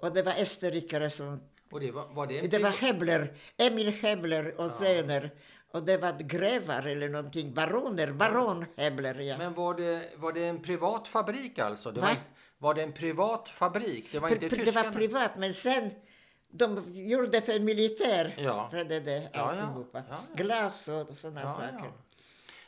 Speaker 1: Och det var österrikare som...
Speaker 2: Och det var, var det en
Speaker 1: Det var
Speaker 2: privat-
Speaker 1: Hebler, Emil Hebler och söner. Och det var grevar eller någonting, baroner, baron Hebler ja.
Speaker 2: Men var det, var det en privat fabrik alltså? Det
Speaker 1: Va?
Speaker 2: var, var det en privat fabrik? Det var inte
Speaker 1: Pri- pri- det
Speaker 2: tyskarna?
Speaker 1: var privat, men sen de gjorde för militär.
Speaker 2: Ja.
Speaker 1: För det, det,
Speaker 2: ja.
Speaker 1: alltihopa.
Speaker 2: Ja,
Speaker 1: Glass och såna
Speaker 2: Ja,
Speaker 1: saker.
Speaker 2: ja.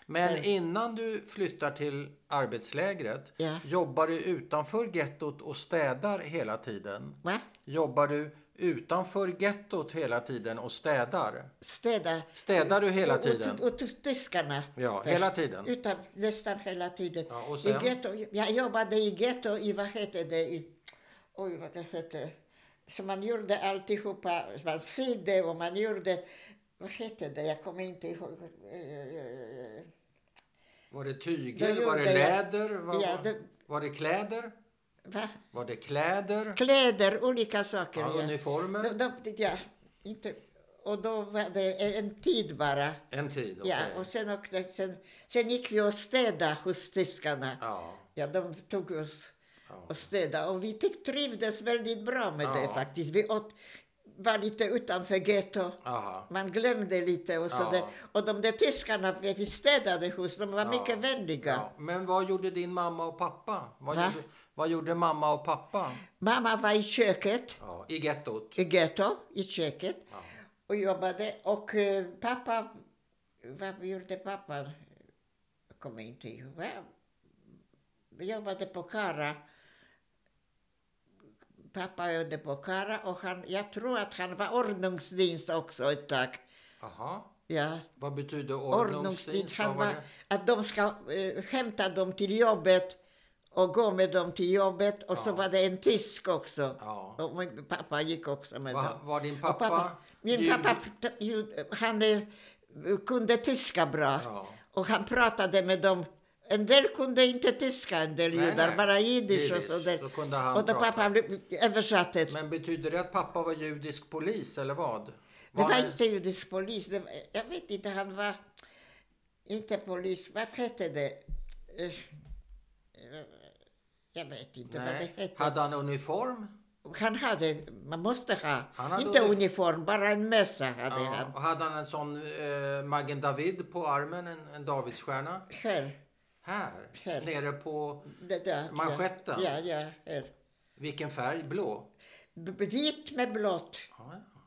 Speaker 2: Men innan du flyttar till arbetslägret,
Speaker 1: Ja.
Speaker 2: jobbar du utanför gettot och städar hela tiden?
Speaker 1: Va?
Speaker 2: Jobbar du utanför gettot hela tiden och städar?
Speaker 1: Städa.
Speaker 2: Städar du hela
Speaker 1: Och-
Speaker 2: tiden?
Speaker 1: Och, och, ty- tyskarna.
Speaker 2: Ja,
Speaker 1: först.
Speaker 2: hela tiden.
Speaker 1: Utan, nästan hela tiden.
Speaker 2: Ja, och
Speaker 1: I
Speaker 2: sen?
Speaker 1: ghetto, jag jobbade i ghetto i, vad hette det, i, oj vad det hette, så man gjorde alltihopa, man sydde och man gjorde, vad hette det, jag kommer inte ihåg. Eh,
Speaker 2: Var det tyger?
Speaker 1: Det
Speaker 2: var det
Speaker 1: gjorde jag.
Speaker 2: läder? Var,
Speaker 1: Ja, det-
Speaker 2: var det kläder?
Speaker 1: Va?
Speaker 2: Var det kläder?
Speaker 1: Kläder, olika saker.
Speaker 2: Ja,
Speaker 1: ja.
Speaker 2: uniformer?
Speaker 1: Då, då, ja, inte, och då var det en tid bara.
Speaker 2: En tid, okej.
Speaker 1: Ja, och sen, åkte, sen, sen gick vi och städade hos tyskarna. Ja.
Speaker 2: Ja.
Speaker 1: de tog oss
Speaker 2: Ja.
Speaker 1: och städade. Och vi tyck, trivdes väldigt bra med det
Speaker 2: Ja.
Speaker 1: faktiskt. Vi åt, var lite utanför getto.
Speaker 2: Aha.
Speaker 1: Man glömde lite och så
Speaker 2: Ja.
Speaker 1: där. Och de där tyskarna vi städade hos, de var
Speaker 2: Ja.
Speaker 1: mycket vänliga.
Speaker 2: Ja. Men vad gjorde din mamma och pappa? Vad,
Speaker 1: Va?
Speaker 2: gjorde, vad gjorde mamma och pappa
Speaker 1: Mamma var i köket.
Speaker 2: ja, i gettot?
Speaker 1: i ghetto, i köket och jobbade. Och eh, pappa, vad gjorde pappa? Jag kommer inte ihåg. Va? Jobbade på Kara. Pappa jobbade på Kara och han, jag tror att han var ordningsdienst också ett tag.
Speaker 2: Aha.
Speaker 1: Ja,
Speaker 2: Vad betyder ordnungsdienst?
Speaker 1: ordningsdienst. Han
Speaker 2: Vad var
Speaker 1: var,
Speaker 2: det?
Speaker 1: att de ska eh, hämta dem till jobbet och gå med dem till jobbet. Och så var det en tysk också.
Speaker 2: Ja.
Speaker 1: Och min pappa gick också med
Speaker 2: Var,
Speaker 1: dem.
Speaker 2: var din
Speaker 1: Och
Speaker 2: pappa...
Speaker 1: min
Speaker 2: jud-
Speaker 1: pappa t- ju- han eh, kunde tyska bra.
Speaker 2: Ja.
Speaker 1: Och han pratade med dem. En del kunde inte tyska, en del
Speaker 2: Nej,
Speaker 1: judar,
Speaker 2: nej.
Speaker 1: bara jiddisch och
Speaker 2: Jiddisch.
Speaker 1: sådär.
Speaker 2: Då kunde han
Speaker 1: och då
Speaker 2: prata.
Speaker 1: pappa blev- översatte.
Speaker 2: Men betyder det att pappa var judisk polis eller vad?
Speaker 1: det
Speaker 2: Var
Speaker 1: var
Speaker 2: han-
Speaker 1: inte judisk polis. Det var, jag vet inte, han var inte polis. Vad hette det? Eh, eh, Jag vet inte vad
Speaker 2: Nej.
Speaker 1: det hette.
Speaker 2: Hade han uniform?
Speaker 1: Han hade, man måste ha,
Speaker 2: Han hade
Speaker 1: inte
Speaker 2: unif-
Speaker 1: uniform, bara en mössa hade
Speaker 2: Ja,
Speaker 1: han.
Speaker 2: och hade han en sån eh, Magen David på armen, en, en Davidsstjärna?
Speaker 1: Här,
Speaker 2: Här,
Speaker 1: Här.
Speaker 2: nere på
Speaker 1: det där. ja.
Speaker 2: Manschetten?
Speaker 1: Ja, ja, här.
Speaker 2: vilken färg? Blå?
Speaker 1: B- b- Vitt med blått
Speaker 2: Ja, ja.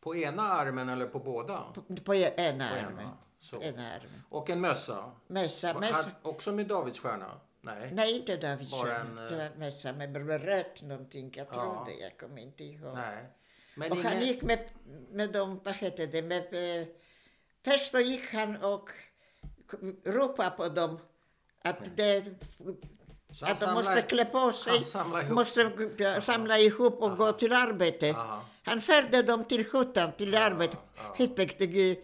Speaker 2: På ena armen eller på båda?
Speaker 1: på, på e- ena
Speaker 2: På ena,
Speaker 1: armen.
Speaker 2: så.
Speaker 1: Ena armen.
Speaker 2: Och en mössa?
Speaker 1: Mössa, mössa.
Speaker 2: Hade- Också med Davidsstjärna? Nej.
Speaker 1: Nej, inte Davidsson.
Speaker 2: Bara en, eh,
Speaker 1: Det var mössa med rött någonting, jag
Speaker 2: Ja.
Speaker 1: tror det, jag kommer inte ihåg.
Speaker 2: Nej. Men
Speaker 1: och han
Speaker 2: ingen-
Speaker 1: gick med, med de, vad heter det, med, eh, först då gick han och k- ropade på dem
Speaker 2: Mm.
Speaker 1: att, det,
Speaker 2: så han
Speaker 1: att de
Speaker 2: samlar-
Speaker 1: måste klä på sig,
Speaker 2: han samlar ihop-
Speaker 1: måste g- samla ihop och gå till arbetet.
Speaker 2: Aha.
Speaker 1: Han förde dem till hyttan, till arbetet,
Speaker 2: ja.
Speaker 1: hyttan, till eh,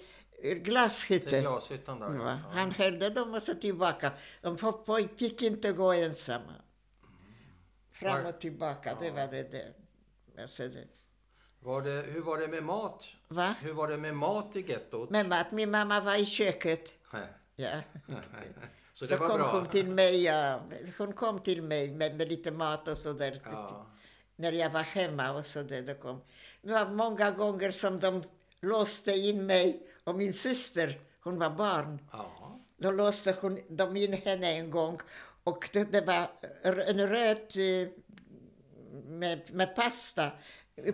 Speaker 2: Till
Speaker 1: glashyttan.
Speaker 2: glashyttan där.
Speaker 1: Va?
Speaker 2: Ja.
Speaker 1: Han hörde dem och så tillbaka. De få- poj- fick inte gå ensamma. Fram
Speaker 2: Var-
Speaker 1: och tillbaka, det var det. det. Alltså det.
Speaker 2: Var det, hur var det med mat?
Speaker 1: Va?
Speaker 2: Hur var det med mat i gettot?
Speaker 1: Men att min mamma var i köket.
Speaker 2: Nej.
Speaker 1: Ja. Så,
Speaker 2: Så det var
Speaker 1: kom
Speaker 2: bra.
Speaker 1: hon till mig, ja. hon kom till mig med, med lite mat och sådär.
Speaker 2: Ja.
Speaker 1: När jag var hemma och sådär. Det, kom. det var många gånger som de låste in mig och min syster, hon var barn.
Speaker 2: Ja.
Speaker 1: Då låste hon, de in henne en gång och det, det var r- en röd eh, med, med pasta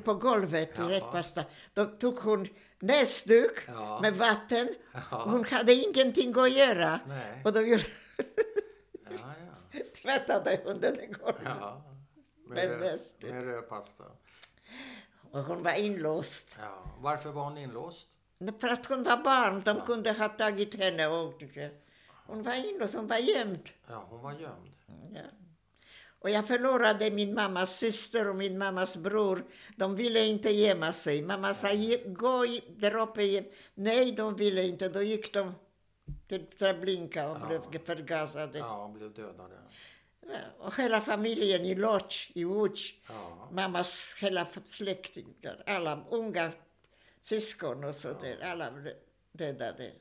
Speaker 1: på golvet,
Speaker 2: Jaha.
Speaker 1: röd pasta. Då tog hon näsduk
Speaker 2: Ja.
Speaker 1: med vatten.
Speaker 2: Ja.
Speaker 1: Hon hade ingenting att göra.
Speaker 2: Nej.
Speaker 1: Och då gjorde,
Speaker 2: Ja, ja.
Speaker 1: tvättade hon den i golvet.
Speaker 2: ja.
Speaker 1: Men
Speaker 2: Med, röd,
Speaker 1: mest-
Speaker 2: med röd pasta.
Speaker 1: Och hon var inlåst.
Speaker 2: Ja. Varför var hon inlåst?
Speaker 1: För att hon var barn, de kunde ha tagit henne. Och, hon var inlåst, hon var gömd.
Speaker 2: Ja, hon var gömd.
Speaker 1: Ja. Och jag förlorade min mammas syster och min mammas bror. De ville inte gömma sig. Mamma sa "Ge- gå i- där uppe. i-" Nej, de ville inte. Då gick de till Treblinka och
Speaker 2: Ja.
Speaker 1: blev förgasade.
Speaker 2: Ja, hon blev dödad. ja.
Speaker 1: Ja, Och hela familjen i Lodz, i Łódź.
Speaker 2: Ja.
Speaker 1: Mammas hela f- släktingar, alla unga syskon och så där. Alla blev dödade.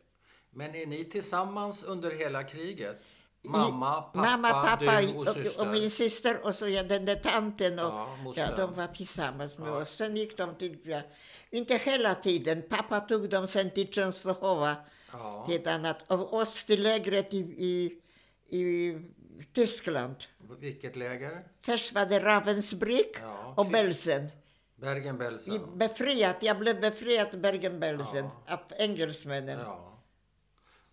Speaker 2: Men är ni tillsammans under hela kriget? Mamma, pappa,
Speaker 1: Mamma, pappa
Speaker 2: du och syster?
Speaker 1: och min syster och så ja, den där tanten. Och,
Speaker 2: Ja,
Speaker 1: ja,
Speaker 2: mostern.
Speaker 1: de var tillsammans med
Speaker 2: Ja.
Speaker 1: oss. Sen gick de till, ja, inte hela tiden, pappa tog dem sen till Tjänstehova,
Speaker 2: Ja.
Speaker 1: till ett annat, och oss till lägret i, i, i Tyskland.
Speaker 2: Vilket läger?
Speaker 1: Först var det Ravensbrück
Speaker 2: Ja,
Speaker 1: och
Speaker 2: fint.
Speaker 1: Belsen. I-
Speaker 2: Bergen-Belsen?
Speaker 1: Befriat, jag blev befriad Bergen-Belsen av engelsmännen.
Speaker 2: Ja.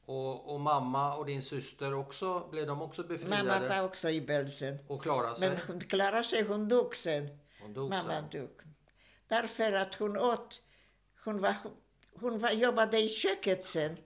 Speaker 2: Och, och mamma och din syster också, blev de också befriade
Speaker 1: Mamma var också i Belsen.
Speaker 2: och klarade sig?
Speaker 1: Men hon klarade sig, hon dog sen.
Speaker 2: Hon dog
Speaker 1: Mamma
Speaker 2: sen.
Speaker 1: dog. Därför att hon åt, hon, var, hon var, jobbade i köket sen.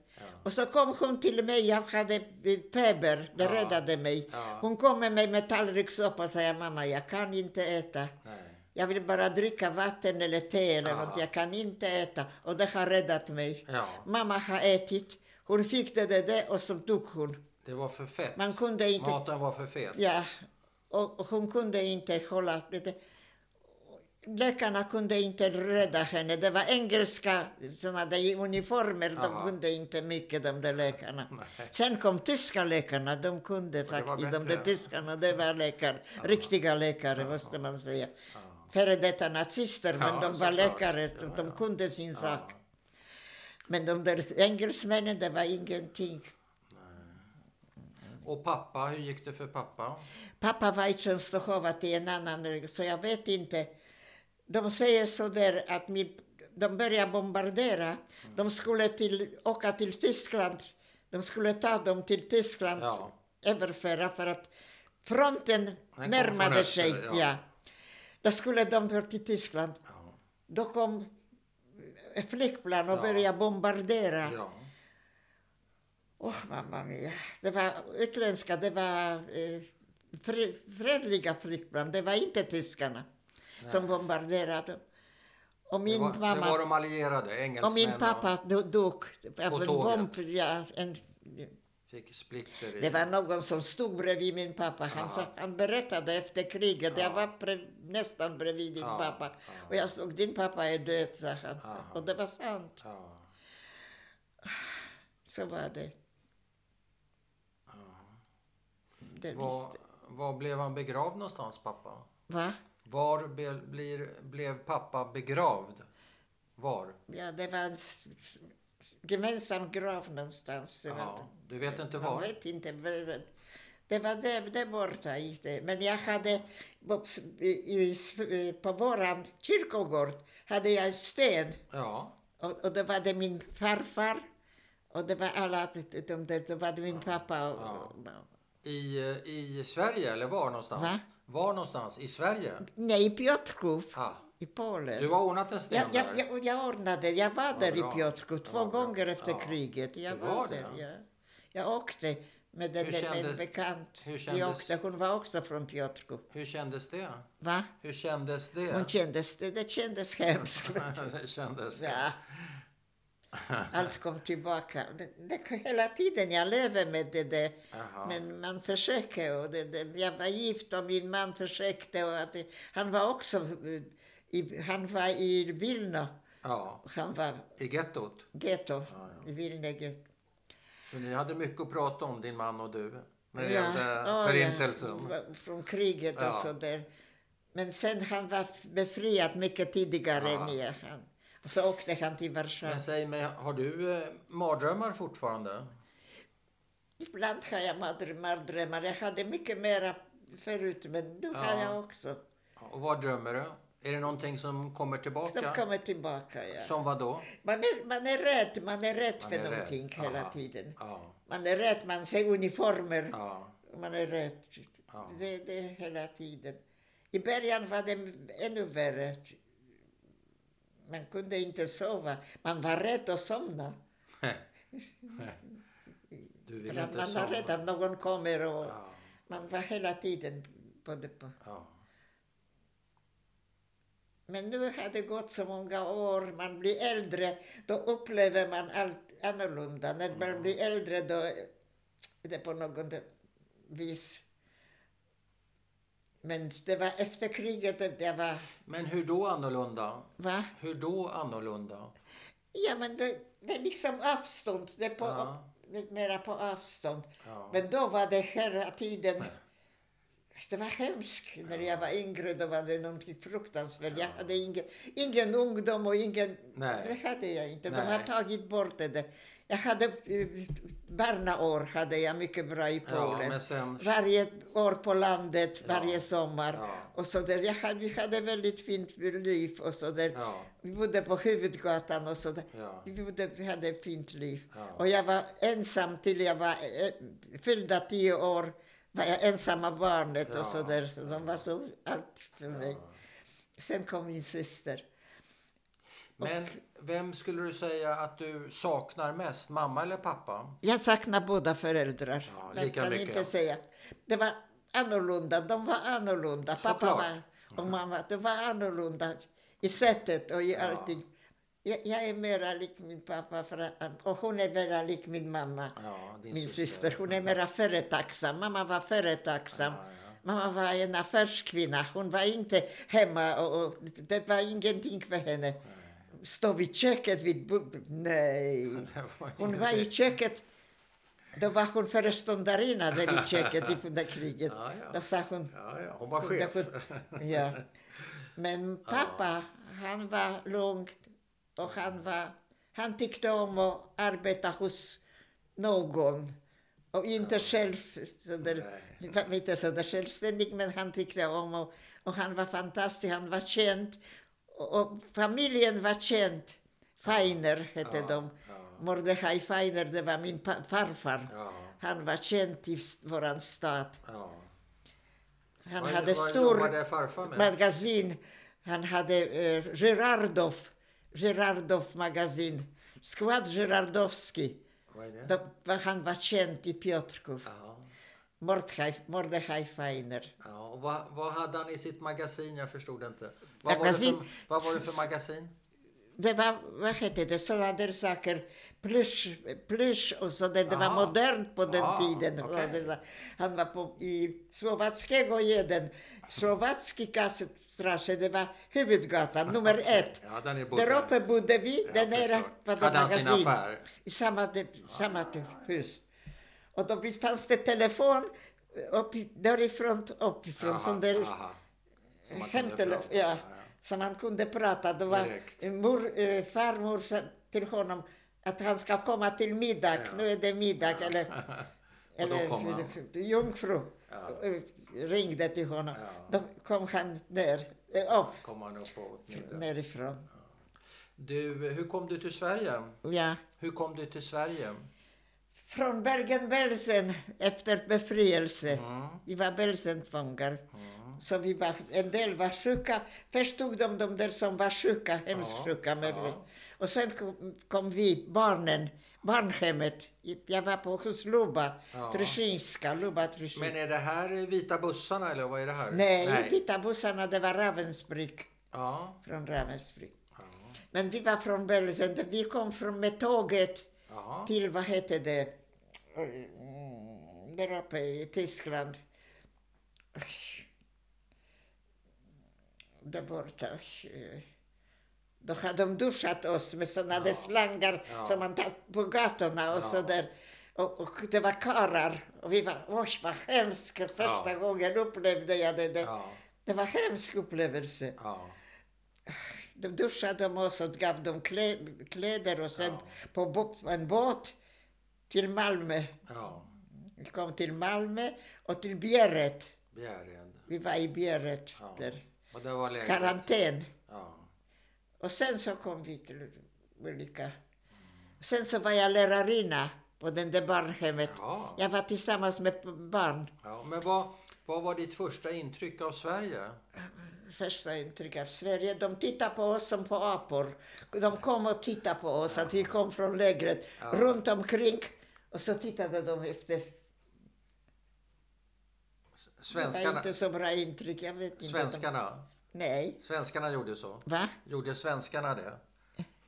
Speaker 1: Och så kom hon till mig, jag hade eh, feber, det
Speaker 2: Ja.
Speaker 1: räddade mig.
Speaker 2: Ja.
Speaker 1: Hon kom med mig med tallrikssoppa och sa mamma jag kan inte äta.
Speaker 2: Nej.
Speaker 1: Jag vill bara dricka vatten eller te eller
Speaker 2: Ja.
Speaker 1: något, jag kan inte äta. Och det har räddat mig.
Speaker 2: Ja.
Speaker 1: Mamma har ätit, hon fick det, det, det och så dog hon.
Speaker 2: Det var för fett.
Speaker 1: Man kunde inte
Speaker 2: Maten var för fet.
Speaker 1: Ja, och och hon kunde inte hålla... det- det- Läkarna kunde inte rädda henne. Det var engelska såna där uniformer.
Speaker 2: Aha.
Speaker 1: De kunde inte mycket, de där läkarna.
Speaker 2: Nej.
Speaker 1: Sen kom tyska läkarna. De kunde
Speaker 2: var
Speaker 1: faktiskt. De där
Speaker 2: bättre.
Speaker 1: tyskarna, det var läkare. Riktiga läkare, måste man säga. Före detta nazister, men
Speaker 2: Ja,
Speaker 1: de var
Speaker 2: såklart.
Speaker 1: läkare.
Speaker 2: Ja,
Speaker 1: De
Speaker 2: ja.
Speaker 1: kunde sin sak.
Speaker 2: Ja.
Speaker 1: Men de där engelsmännen, det var ingenting.
Speaker 2: Och pappa, hur gick det för pappa?
Speaker 1: Pappa var i Tjänstehova till en annan, så jag vet inte. De säger så där att min, de började bombardera. De skulle till, åka till Tyskland. De skulle ta dem till Tyskland,
Speaker 2: Ja.
Speaker 1: överföra, för att fronten
Speaker 2: kom från
Speaker 1: närmade
Speaker 2: öster,
Speaker 1: sig.
Speaker 2: ja.
Speaker 1: ja. Då skulle de till Tyskland.
Speaker 2: Ja.
Speaker 1: Då kom flygplan och
Speaker 2: Ja.
Speaker 1: började bombardera.
Speaker 2: Ja.
Speaker 1: Åh, mamma mia. Det var utländska, det var eh, fri, fredliga flygplan. Det var inte tyskarna som bombarderade. Och min
Speaker 2: det, var,
Speaker 1: mamma
Speaker 2: det var de allierade, engelsmän
Speaker 1: och min pappa do- dog av en bomb.
Speaker 2: tåget.
Speaker 1: Ja, en,
Speaker 2: fick splitter i...
Speaker 1: det var någon som stod bredvid min pappa. Han, sa, han berättade efter kriget. Jag var pre, nästan bredvid din
Speaker 2: Ja,
Speaker 1: pappa. Och jag såg din pappa är död, sa han. Och det var sant.
Speaker 2: Ja.
Speaker 1: Så var det. Det
Speaker 2: Var,
Speaker 1: visste
Speaker 2: var blev han begravd någonstans, pappa?
Speaker 1: Va?
Speaker 2: Var be, blir, blev pappa begravd? Var?
Speaker 1: Ja, det var en s- s- s- gemensam grav någonstans. Det
Speaker 2: Ja,
Speaker 1: var-
Speaker 2: du vet inte
Speaker 1: Jag
Speaker 2: var?
Speaker 1: vet inte. men- men Det var där, där borta. i det. Men jag hade på, i, i, på våran kyrkogård hade jag en sten.
Speaker 2: Ja,
Speaker 1: Och, och då var det min farfar och det var alla, de, de, de, då var det min pappa. Och,
Speaker 2: i, eh, i Sverige eller var någonstans?
Speaker 1: Va?
Speaker 2: Var någonstans? I Sverige?
Speaker 1: Nej, i Piotrków
Speaker 2: Ah,
Speaker 1: i Polen.
Speaker 2: du har ordnat en
Speaker 1: Ja,
Speaker 2: sten
Speaker 1: ja,
Speaker 2: där?
Speaker 1: ja, och jag ordnade, jag var där i
Speaker 2: bra.
Speaker 1: Piotrków två
Speaker 2: Ja, bra.
Speaker 1: gånger efter
Speaker 2: Ja.
Speaker 1: kriget. Jag
Speaker 2: Det
Speaker 1: var,
Speaker 2: var
Speaker 1: där,
Speaker 2: det.
Speaker 1: ja. Jag åkte med den,
Speaker 2: Hur
Speaker 1: med en
Speaker 2: kändes-
Speaker 1: bekant.
Speaker 2: hur
Speaker 1: Vi
Speaker 2: kändes-
Speaker 1: åkte, hon var också från Piotrków.
Speaker 2: Hur kändes det?
Speaker 1: Va?
Speaker 2: Hur kändes
Speaker 1: Hon
Speaker 2: det?
Speaker 1: kändes, det, det kändes hemskt.
Speaker 2: det kändes
Speaker 1: Ja. Allt kom tillbaka. Det, det, hela tiden jag lever med det. det.
Speaker 2: Jaha.
Speaker 1: Men man försöker. Och det, det, jag var gift och min man försökte. Och att det, han var också eh, i, han var i Vilna.
Speaker 2: Ja,
Speaker 1: Han var
Speaker 2: i gettot.
Speaker 1: ghetto
Speaker 2: ja.
Speaker 1: i Vilna.
Speaker 2: Så ni hade mycket att prata om, din man och du, när det
Speaker 1: Ja.
Speaker 2: gällde
Speaker 1: Ja,
Speaker 2: Förintelsen.
Speaker 1: Ja, från kriget och
Speaker 2: Ja.
Speaker 1: sådär. Men sen han var befriad mycket tidigare
Speaker 2: Ja.
Speaker 1: än jag. Han, så åkte han till Warszawa.
Speaker 2: Men säg mig, har du eh, mardrömmar fortfarande?
Speaker 1: Ibland har jag mardr- mardrömmar. Jag hade mycket mera förut, men nu har
Speaker 2: Ja.
Speaker 1: jag också.
Speaker 2: Och vad drömmer du? Är det någonting som kommer
Speaker 1: Som
Speaker 2: tillbaka?
Speaker 1: kommer tillbaka. Ja.
Speaker 2: Som vad då?
Speaker 1: Man, är, man är rädd, man är rädd
Speaker 2: Man
Speaker 1: för
Speaker 2: är rädd.
Speaker 1: någonting hela
Speaker 2: Aha.
Speaker 1: tiden.
Speaker 2: Ja,
Speaker 1: Man är rädd, man ser uniformer.
Speaker 2: ja,
Speaker 1: Man är rädd.
Speaker 2: Ja.
Speaker 1: Det, det är hela tiden. I början var det ännu värre. Man kunde inte sova. Man var rädd att somna.
Speaker 2: du
Speaker 1: För
Speaker 2: vill
Speaker 1: att
Speaker 2: inte
Speaker 1: man var rädd
Speaker 2: somna.
Speaker 1: att någon kommer. Och
Speaker 2: Ja,
Speaker 1: Man var hela tiden på det. På.
Speaker 2: ja.
Speaker 1: Men nu har det gått så många år, man blir äldre, då upplever man allt annorlunda. När man blir äldre då är det på något vis. Men det var efter kriget, det- det var...
Speaker 2: Men hur då annorlunda?
Speaker 1: Va?
Speaker 2: Hur då annorlunda?
Speaker 1: Ja, men det, det är liksom avstånd. Det är på,
Speaker 2: Ja.
Speaker 1: det är mera på avstånd.
Speaker 2: Ja.
Speaker 1: Men då var det hela tiden... Det var hemskt. När jag var yngre då var det någonting fruktansvärt. Jag hade ingen, ingen ungdom och ingen...
Speaker 2: Nej.
Speaker 1: Det hade jag inte. De
Speaker 2: Nej.
Speaker 1: har tagit bort det. där. Jag hade... eh, Barnaår hade jag mycket bra i
Speaker 2: Ja,
Speaker 1: Polen.
Speaker 2: men sen...
Speaker 1: Varje år på landet, varje sommar.
Speaker 2: Ja.
Speaker 1: Och så där. Jag hade, vi hade väldigt fint liv och så där.
Speaker 2: Ja,
Speaker 1: Vi bodde på huvudgatan och sådär.
Speaker 2: ja,
Speaker 1: Vi bodde, vi hade ett fint liv.
Speaker 2: Ja.
Speaker 1: Och jag var ensam till jag var eh, fyllda tio år. var jag ensamma barnet
Speaker 2: Ja.
Speaker 1: och sådär. Så de var så allt för mig. Sen kom min syster.
Speaker 2: Men vem skulle du säga att du saknar mest? Mamma eller pappa?
Speaker 1: Jag saknar båda föräldrar.
Speaker 2: Ja,
Speaker 1: men
Speaker 2: lika
Speaker 1: kan
Speaker 2: mycket.
Speaker 1: inte säga. Det var annorlunda. De var annorlunda. Pappa
Speaker 2: Såklart.
Speaker 1: var, och mamma. Det var annorlunda i sättet och i
Speaker 2: Mm. Ja.
Speaker 1: allting. Jag, jag är mera lik min pappa för, att- och hon är mera lik min mamma.
Speaker 2: Ja, din
Speaker 1: Min syster, hon är mera företagsam. Mamma var företagsam.
Speaker 2: Ja, ja.
Speaker 1: Mamma var en affärskvinna. Hon var inte hemma och, och det var ingenting för henne. Stå vid köket vid... bu- Nej. Hon var i köket. Då var hon föreståndarinna där i köket i- under kriget.
Speaker 2: Ja, ja.
Speaker 1: Då sa hon...
Speaker 2: Ja, ja, hon var chef.
Speaker 1: Ja. Men pappa, han var lugn och han, var, han tyckte om att arbeta hos någon. Och inte själv, så där, var inte så där självständig, men han tyckte om och, och han var fantastisk, han var känd. Och, och familjen var känd. Feiner hette
Speaker 2: Ja,
Speaker 1: de.
Speaker 2: ja.
Speaker 1: Mordechai Feiner, det var min pa- farfar.
Speaker 2: Ja,
Speaker 1: Han var känd i s- våran stad.
Speaker 2: ja.
Speaker 1: Han
Speaker 2: Vad-
Speaker 1: hade
Speaker 2: vad
Speaker 1: stor
Speaker 2: jobbade farfar med?
Speaker 1: magasin. Han hade eh, Gerardov, Gerardov magasin. Skład Gerardowski.
Speaker 2: Vad är det?
Speaker 1: Då, var- han var känd i Piotrków.
Speaker 2: Ja,
Speaker 1: Mordechai, Mordechai Feiner.
Speaker 2: ja. Och vad, vad hade han i sitt magasin? Jag förstod inte. Vad,
Speaker 1: Magasin-
Speaker 2: Var, det för, vad var det för magasin?
Speaker 1: Det var, vad hette det, sådana där saker. Plysch, plysch och så där. Det var
Speaker 2: Aha.
Speaker 1: modernt på den
Speaker 2: Ah,
Speaker 1: tiden.
Speaker 2: okej.
Speaker 1: Och det var- Han var på, i Slovackiego 1. Slovacki kassettstrasse, det var huvudgatan, nummer ett.
Speaker 2: Ja, den är
Speaker 1: Där uppe bodde vi,
Speaker 2: Jag
Speaker 1: där nere
Speaker 2: förstår.
Speaker 1: var det
Speaker 2: Hade han sin
Speaker 1: magasin.
Speaker 2: affär?
Speaker 1: I samma, de- samma hus. Och då fanns det telefon upp, därifrån, uppifrån.
Speaker 2: Aha,
Speaker 1: Sån där,
Speaker 2: aha. Som man eh, kunde
Speaker 1: hemtelefon,
Speaker 2: prata.
Speaker 1: ja, så man kunde prata. Det var
Speaker 2: Direkt.
Speaker 1: mor, eh, farmor sa till honom att han ska komma till middag,
Speaker 2: Ja.
Speaker 1: nu är det middag. Eller,
Speaker 2: Och då
Speaker 1: eller
Speaker 2: kom han.
Speaker 1: jungfru
Speaker 2: Ja.
Speaker 1: eh, ringde till honom.
Speaker 2: Ja.
Speaker 1: Då kom han ner, eh, upp
Speaker 2: Kom han upp och åt middag.
Speaker 1: nerifrån.
Speaker 2: Du, hur kom du till Sverige?
Speaker 1: Ja.
Speaker 2: Hur kom du till Sverige?
Speaker 1: Från Bergen-Belsen efter befrielse.
Speaker 2: Mm.
Speaker 1: Vi var Belsenfångar.
Speaker 2: Mm.
Speaker 1: Så vi var, en del var sjuka. Först tog de de där som var sjuka, hemskt
Speaker 2: Ja,
Speaker 1: sjuka. Med
Speaker 2: ja.
Speaker 1: Och sen kom, kom vi, barnen, barnhemmet. Jag var på hos Luba
Speaker 2: Ja.
Speaker 1: Tryszinska, Luba
Speaker 2: Men
Speaker 1: Tryszinska.
Speaker 2: är det här vita bussarna eller vad är det här?
Speaker 1: Nej, vita bussarna, det var Ravensbrück.
Speaker 2: Ja.
Speaker 1: Från Ravensbrück.
Speaker 2: Ja.
Speaker 1: Men vi var från Belsen. Vi kom från med tåget
Speaker 2: ja.
Speaker 1: till, vad hette det, Mm, där uppe i Tyskland. Där borta. Då hade de duschat oss med såna där slangar
Speaker 2: Ja.
Speaker 1: som man tar på gatorna och
Speaker 2: Ja.
Speaker 1: sådär. Och, och det var karlar. Och vi var, oj vad hemskt. Första
Speaker 2: Ja.
Speaker 1: gången upplevde jag det. Det,
Speaker 2: Ja.
Speaker 1: det var hemsk upplevelse.
Speaker 2: ja.
Speaker 1: De duschade dem oss och gav dem klä, kläder och sen på bo- en båt till Malmö.
Speaker 2: ja.
Speaker 1: Vi kom till Malmö och till Bjärred.
Speaker 2: Bjärred.
Speaker 1: Vi var i Bjärred
Speaker 2: Ja.
Speaker 1: där.
Speaker 2: Och det var läget.
Speaker 1: Karantän.
Speaker 2: Ja.
Speaker 1: Och sen så kom vi till olika... Sen så var jag lärarinna på den där barnhemmet.
Speaker 2: Ja.
Speaker 1: Jag var tillsammans med p- barn.
Speaker 2: ja. Men vad, vad var ditt första intryck av Sverige?
Speaker 1: Första intryck av Sverige. De tittade på oss som på apor. De kom och tittade på oss, att vi kom från lägret.
Speaker 2: Ja.
Speaker 1: Runt omkring. Och så tittade de efter.
Speaker 2: S-
Speaker 1: Det var
Speaker 2: Svenskarna,
Speaker 1: inte så bra intryck. Jag vet inte.
Speaker 2: svenskarna,
Speaker 1: Nej.
Speaker 2: svenskarna gjorde så.
Speaker 1: Va?
Speaker 2: Gjorde svenskarna det?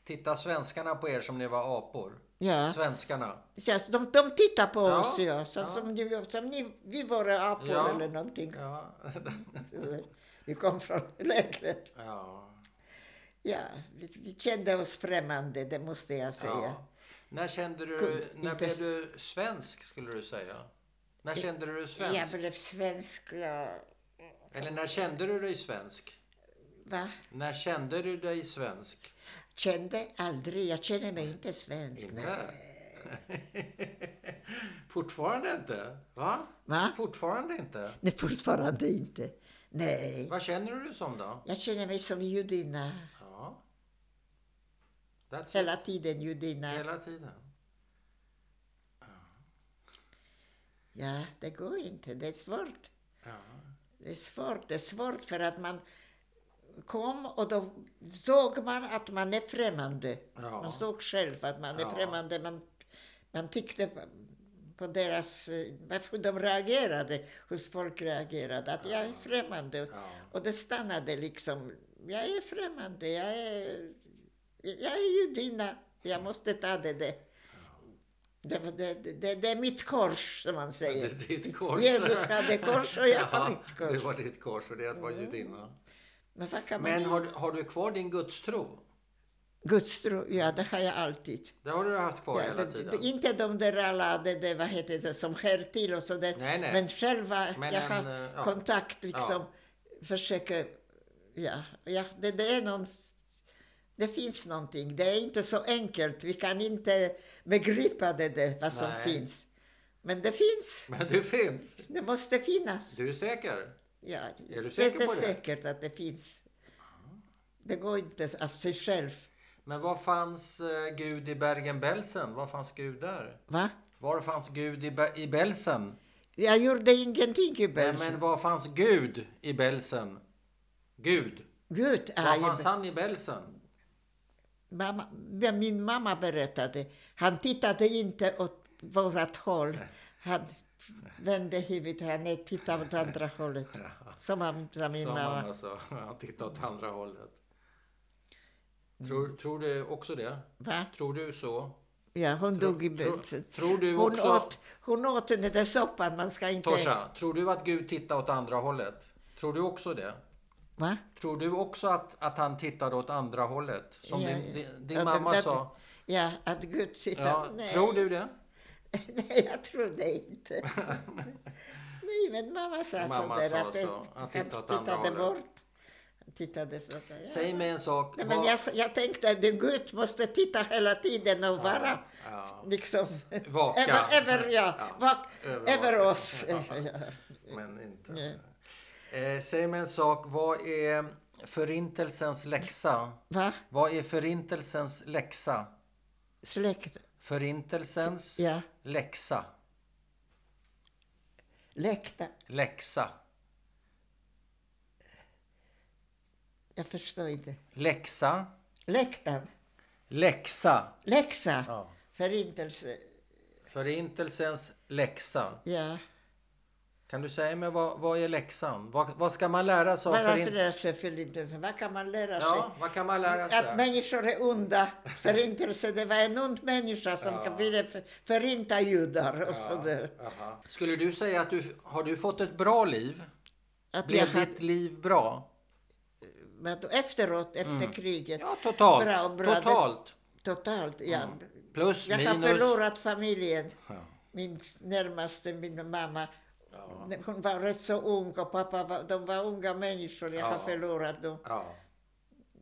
Speaker 2: Titta svenskarna på er som ni var apor?
Speaker 1: Ja.
Speaker 2: Svenskarna.
Speaker 1: Ja, så de, de tittar på
Speaker 2: Ja,
Speaker 1: oss, ja. Så,
Speaker 2: ja.
Speaker 1: Som, ni, som ni, vi vore apor
Speaker 2: Ja.
Speaker 1: eller någonting.
Speaker 2: Ja.
Speaker 1: Vi kom från lägret.
Speaker 2: ja.
Speaker 1: Ja, vi, vi kände oss främmande, det måste jag säga.
Speaker 2: ja. När kände du,
Speaker 1: Kunde
Speaker 2: när
Speaker 1: inte-
Speaker 2: blev du svensk skulle du säga? När kände du dig
Speaker 1: jag
Speaker 2: svensk?
Speaker 1: blev svensk, ja.
Speaker 2: Eller när kände du dig svensk?
Speaker 1: Va?
Speaker 2: När kände du dig svensk?
Speaker 1: Kände aldrig, jag känner mig inte svensk. Nej.
Speaker 2: Inte? Fortfarande inte? Va?
Speaker 1: Va?
Speaker 2: Fortfarande inte?
Speaker 1: Nej, fortfarande inte. Nej.
Speaker 2: Vad känner du dig som då?
Speaker 1: Jag känner mig som judinna.
Speaker 2: Ja. That's
Speaker 1: Hela
Speaker 2: hela,
Speaker 1: tiden judinna.
Speaker 2: hela tiden.
Speaker 1: Ja, det går inte, det är svårt.
Speaker 2: Ja.
Speaker 1: Det är svårt, det är svårt för att man kom och då såg man att man är främmande.
Speaker 2: Ja.
Speaker 1: Man såg själv att man är
Speaker 2: Ja.
Speaker 1: främmande. Man, man tyckte på- på deras, eh, varför de reagerade, hur folk reagerade, att jag är främmande.
Speaker 2: Ja.
Speaker 1: Och det stannade liksom, jag är främmande, jag är, jag är judinna, jag måste ta det. det. Det, var- det, det, det är mitt kors, som man
Speaker 2: Det
Speaker 1: säger.
Speaker 2: är ditt kors.
Speaker 1: Jesus hade kors och jag har mitt
Speaker 2: Det
Speaker 1: kors.
Speaker 2: var ditt kors och det var judinna.
Speaker 1: Men vad kan man
Speaker 2: Men
Speaker 1: Men
Speaker 2: har, du- har du kvar din gudstro?
Speaker 1: Guds tro, ja det har jag alltid.
Speaker 2: Det har du haft kvar
Speaker 1: Ja,
Speaker 2: hela
Speaker 1: det, det,
Speaker 2: tiden?
Speaker 1: inte de där alla, det, det, vad heter det, som hör till och sådär.
Speaker 2: Nej, nej.
Speaker 1: Men själva,
Speaker 2: Men
Speaker 1: jag
Speaker 2: en,
Speaker 1: har
Speaker 2: eh, ja.
Speaker 1: kontakt liksom. Försöker, ja, ja det, det är någon, det finns någonting. Det är inte så enkelt. Vi kan inte begripa det, det vad som
Speaker 2: Nej.
Speaker 1: finns. Men det finns.
Speaker 2: Men du finns.
Speaker 1: Det måste finnas.
Speaker 2: Du är säker?
Speaker 1: Ja,
Speaker 2: Är du säker
Speaker 1: det är
Speaker 2: på det?
Speaker 1: säkert att det finns. Det går inte av sig själv.
Speaker 2: Men var fanns eh, Gud i Bergen-Belsen? Var fanns Gud där?
Speaker 1: Va?
Speaker 2: Var fanns Gud i, Be- i Belsen?
Speaker 1: Jag gjorde ingenting i
Speaker 2: Nej,
Speaker 1: Belgien.
Speaker 2: men var fanns Gud i Belsen? Gud.
Speaker 1: Gud,
Speaker 2: Var
Speaker 1: aj,
Speaker 2: fanns han i Belsen?
Speaker 1: mamma, ja, min mamma berättade. Han tittade inte åt vårat håll. Han vände huvudet, han tittade åt andra hållet. Som, han, som min
Speaker 2: Som
Speaker 1: mamma.
Speaker 2: mamma sa. Han tittade åt andra hållet. Tror,
Speaker 1: Mm.
Speaker 2: tror du också det?
Speaker 1: Va?
Speaker 2: Tror du så?
Speaker 1: Ja, hon dog i
Speaker 2: Tror,
Speaker 1: Belgien.
Speaker 2: tror du
Speaker 1: Hon
Speaker 2: också...
Speaker 1: åt, hon åt den där soppan, man ska inte...
Speaker 2: Torsa, tror du att Gud tittade åt andra hållet? Tror du också det?
Speaker 1: Va?
Speaker 2: Tror du också att, att han tittade åt andra hållet? Som
Speaker 1: Ja,
Speaker 2: din,
Speaker 1: ja.
Speaker 2: din, din
Speaker 1: Ja,
Speaker 2: mamma
Speaker 1: det- det-
Speaker 2: sa.
Speaker 1: Ja, att Gud sitter...
Speaker 2: Ja,
Speaker 1: Nej.
Speaker 2: tror du det?
Speaker 1: Nej, jag trodde inte. Nej, men mamma sa
Speaker 2: Mamma
Speaker 1: sådär
Speaker 2: sa
Speaker 1: att det-
Speaker 2: så, att titta åt andra
Speaker 1: tittade
Speaker 2: hållet.
Speaker 1: bort. tittade så där. Ja.
Speaker 2: Säg mig en sak.
Speaker 1: Nej, men
Speaker 2: vad-
Speaker 1: jag, jag tänkte att Gud måste titta hela tiden och vara
Speaker 2: ja,
Speaker 1: liksom
Speaker 2: Vaka.
Speaker 1: över, över, ja,
Speaker 2: Ja,
Speaker 1: vak,
Speaker 2: övervaka.
Speaker 1: över oss.
Speaker 2: Ja,
Speaker 1: Ja.
Speaker 2: men inte.
Speaker 1: Nej.
Speaker 2: Eh, säg mig en sak. Vad är förintelsens läxa?
Speaker 1: Va?
Speaker 2: Vad är förintelsens läxa?
Speaker 1: Släkt?
Speaker 2: Förintelsens
Speaker 1: Ja.
Speaker 2: läxa.
Speaker 1: Läkta?
Speaker 2: Läxa.
Speaker 1: Jag förstår inte.
Speaker 2: Läxa.
Speaker 1: Läktan?
Speaker 2: Läxa.
Speaker 1: Läxa?
Speaker 2: Ja.
Speaker 1: Förintelse?
Speaker 2: Förintelsens läxa.
Speaker 1: Ja.
Speaker 2: Kan du säga mig vad, vad är läxan? Vad, vad ska man lära sig av
Speaker 1: Vad
Speaker 2: förin-
Speaker 1: lära sig förintelse? Vad kan man lära sig?
Speaker 2: Ja, alltså. vad kan man lära
Speaker 1: Att
Speaker 2: sig?
Speaker 1: människor är onda. Förintelse, det var en ond människa som
Speaker 2: Ja.
Speaker 1: ville för- förinta judar och
Speaker 2: Ja,
Speaker 1: sådär.
Speaker 2: aha. Skulle du säga att du har du fått ett bra liv?
Speaker 1: Att jag
Speaker 2: Blev
Speaker 1: hade-
Speaker 2: ditt liv bra?
Speaker 1: Men då efteråt, efter kriget.
Speaker 2: Mm. Ja, totalt.
Speaker 1: Bra, bra.
Speaker 2: Totalt.
Speaker 1: Totalt, ja.
Speaker 2: Plus,
Speaker 1: Jag har
Speaker 2: minus.
Speaker 1: förlorat familjen.
Speaker 2: Ja.
Speaker 1: Min närmaste, min mamma, hon var rätt så ung och pappa, var, de var unga människor. Jag
Speaker 2: Ja.
Speaker 1: har förlorat dem.
Speaker 2: Ja.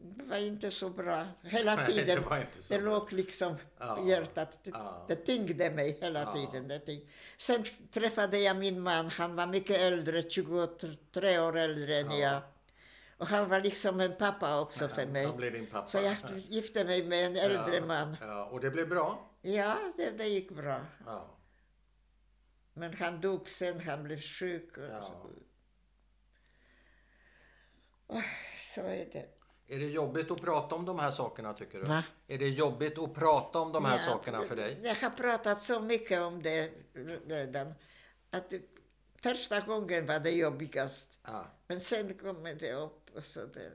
Speaker 1: Det var inte så bra. Hela
Speaker 2: Nej,
Speaker 1: tiden.
Speaker 2: det var inte så
Speaker 1: det
Speaker 2: bra.
Speaker 1: låg liksom
Speaker 2: Ja.
Speaker 1: i hjärtat. Det,
Speaker 2: Ja.
Speaker 1: det tyngde mig hela
Speaker 2: Ja.
Speaker 1: tiden. Det tyng. Sen träffade jag min man. Han var mycket äldre, 23 år äldre än
Speaker 2: Ja.
Speaker 1: jag. Och han var liksom en pappa också för mig.
Speaker 2: Han blev din pappa.
Speaker 1: Så jag gifte mig med en äldre
Speaker 2: ja.
Speaker 1: man.
Speaker 2: Ja. Och det blev bra?
Speaker 1: Ja, det, det gick bra.
Speaker 2: Ja.
Speaker 1: Men han dog sen, han blev sjuk. och
Speaker 2: ja.
Speaker 1: Så är det.
Speaker 2: Är det jobbigt att prata om de här sakerna tycker du?
Speaker 1: Va?
Speaker 2: Är det jobbigt att prata om de här
Speaker 1: Ja,
Speaker 2: sakerna för dig?
Speaker 1: Jag har pratat så mycket om det redan. Att första gången var det jobbigast,
Speaker 2: Ja.
Speaker 1: men sen kommer det upp och så där.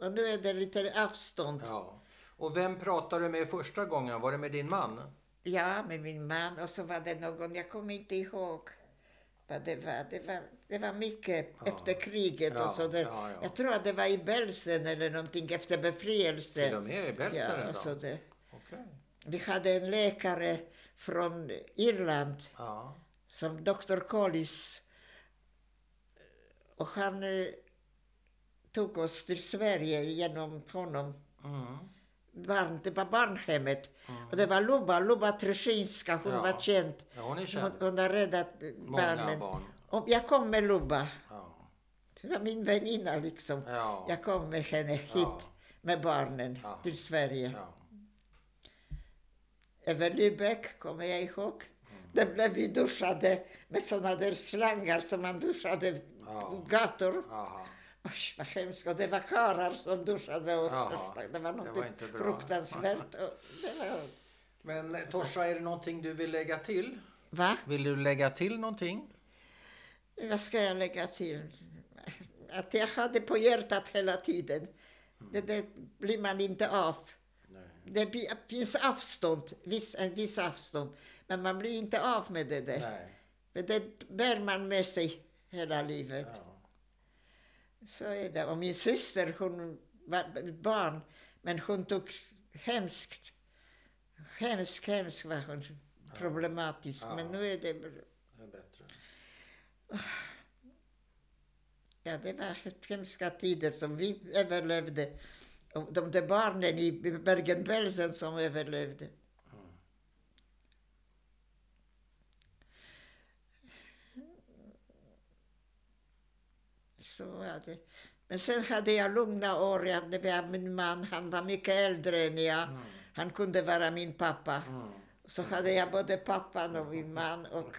Speaker 1: Och nu är det lite avstånd. Ja.
Speaker 2: ja. Och vem pratade du med första gången? Var det med din man?
Speaker 1: med min man och så var det någon, jag kommer inte ihåg vad det var. Det var, det var mycket efter kriget
Speaker 2: Ja,
Speaker 1: och så där.
Speaker 2: ja, ja.
Speaker 1: Jag tror att det var i Belsen eller någonting efter
Speaker 2: Till och
Speaker 1: befrielsen.
Speaker 2: med i Belsen
Speaker 1: Ja, alltså,
Speaker 2: redan?
Speaker 1: och så där.
Speaker 2: Okej.
Speaker 1: Vi hade en läkare från Irland
Speaker 2: Ja.
Speaker 1: som Dr. Collis. eh, Och han eh, tog oss till Sverige genom honom.
Speaker 2: Mm.
Speaker 1: Barn, det var barnhemmet. Och det var Luba, Luba Tryszinska, hon
Speaker 2: Ja.
Speaker 1: var känd.
Speaker 2: Ja, hon är
Speaker 1: Hon,
Speaker 2: känd.
Speaker 1: hon har räddat eh,
Speaker 2: Många
Speaker 1: barnen.
Speaker 2: barn.
Speaker 1: Och jag kom med Luba.
Speaker 2: Ja.
Speaker 1: Det var min väninna liksom.
Speaker 2: Ja.
Speaker 1: Jag kom med henne hit
Speaker 2: Ja.
Speaker 1: med barnen
Speaker 2: Ja.
Speaker 1: till Sverige.
Speaker 2: ja.
Speaker 1: över Lübeck, kommer jag ihåg.
Speaker 2: Mm.
Speaker 1: Där blev vi duschade med såna där slangar som man duschade
Speaker 2: Ja.
Speaker 1: gator.
Speaker 2: Aha.
Speaker 1: Usch, vad hemskt. Och det var karlar som duschade oss.
Speaker 2: Ja.
Speaker 1: Usch, Det var
Speaker 2: Det
Speaker 1: något
Speaker 2: var inte bra.
Speaker 1: fruktansvärt. Och det var...
Speaker 2: Men eh, Torsa, är det någonting du vill lägga till?
Speaker 1: Va?
Speaker 2: Vill du lägga till någonting?
Speaker 1: Vad ska jag lägga till? Att jag hade på hjärtat hela tiden.
Speaker 2: Mm.
Speaker 1: Det, det blir man inte av. Det blir- finns avstånd, viss, en viss avstånd. Men man blir inte av med det där.
Speaker 2: Nej.
Speaker 1: Men det bär man med sig hela livet.
Speaker 2: Ja.
Speaker 1: Så är det. Och min syster, hon var barn, men hon tog hemskt. Hemskt, hemskt var hon. Problematisk.
Speaker 2: Ja.
Speaker 1: Men nu är det...
Speaker 2: Det är bättre.
Speaker 1: Ja, det var hemska tider som vi överlevde. Och de där barnen i Bergen-Belsen som överlevde. Så var det. Men sen hade jag lugna år. Jag hade med min man, han var mycket äldre än jag. Han kunde vara min pappa.
Speaker 2: Mm.
Speaker 1: Så hade jag både pappan och min man. Och,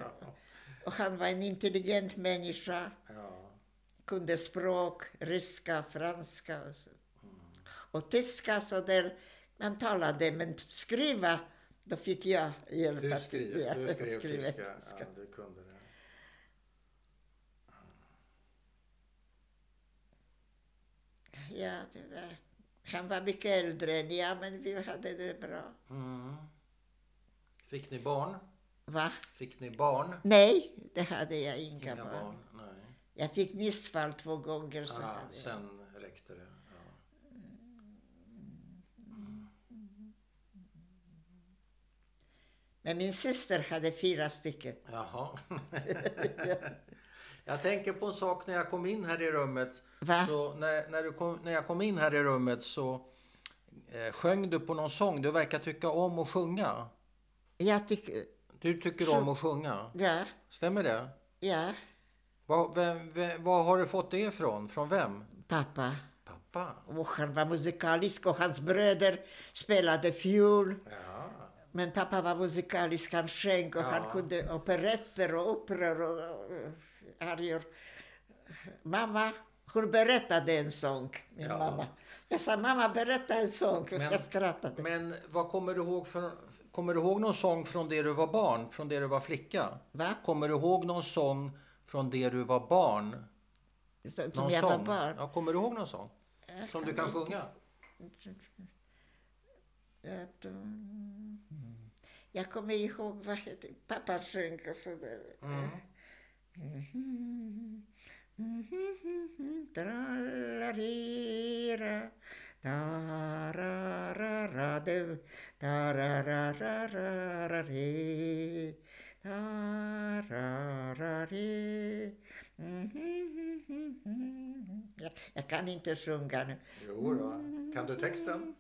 Speaker 1: och han var en intelligent människa
Speaker 2: Ja.
Speaker 1: kunde språk, ryska, franska och, så. och tyska. Så där man talade, men skriva, då fick jag hjälp
Speaker 2: Du
Speaker 1: att- ja,
Speaker 2: skrev, du skrev
Speaker 1: skriva
Speaker 2: tyska. Ja, du kunde det.
Speaker 1: Ja, det var, han var mycket äldre än jag, men vi hade det bra.
Speaker 2: Mm. Fick ni barn?
Speaker 1: Va?
Speaker 2: Fick ni barn?
Speaker 1: Nej, det hade jag inga
Speaker 2: Inga
Speaker 1: barn.
Speaker 2: barn? Nej.
Speaker 1: Jag fick missfall två gånger. Så
Speaker 2: Ah,
Speaker 1: hade jag.
Speaker 2: sen räckte det. Ja.
Speaker 1: Men min syster hade fyra stycken.
Speaker 2: Jaha. Jag tänker på en sak när jag kom in här i rummet.
Speaker 1: Va?
Speaker 2: Så när, när, du kom, när jag kom in här i rummet så eh, sjöng du på någon sång. Du verkar tycka om att sjunga.
Speaker 1: Jag tycker...
Speaker 2: Du tycker om att sjunga.
Speaker 1: Ja,
Speaker 2: Stämmer det?
Speaker 1: ja.
Speaker 2: Vad, vem, vem, vad har du fått det ifrån? Från vem?
Speaker 1: Pappa.
Speaker 2: Pappa?
Speaker 1: Och han var musikalisk och hans bröder spelade fiol.
Speaker 2: Ja.
Speaker 1: Men pappa var musikalisk, han sjöng och han
Speaker 2: Ja.
Speaker 1: kunde operetter och operor och och arior. Mamma, hon berättade en sång, min
Speaker 2: Ja.
Speaker 1: mamma. Jag sa, mamma berätta en sång, och
Speaker 2: Men-
Speaker 1: jag skrattade.
Speaker 2: Men vad kommer du ihåg från, kommer du ihåg någon sång från det du var barn? Från det du var flicka?
Speaker 1: Va?
Speaker 2: Kommer du ihåg någon sång från det du var barn?
Speaker 1: Som
Speaker 2: Någon
Speaker 1: jag
Speaker 2: sång?
Speaker 1: var barn.
Speaker 2: Ja, kommer du ihåg någon sång?
Speaker 1: Jag
Speaker 2: Som du kan
Speaker 1: inte-
Speaker 2: sjunga?
Speaker 1: Att, mm, Jag kommer ihåg vad hette, pappa sjöng och sådär. Trallarira, darararadu, dararararari, dararari. Jag, jag kan inte sjunga nu.
Speaker 2: Jo då. Kan du texten?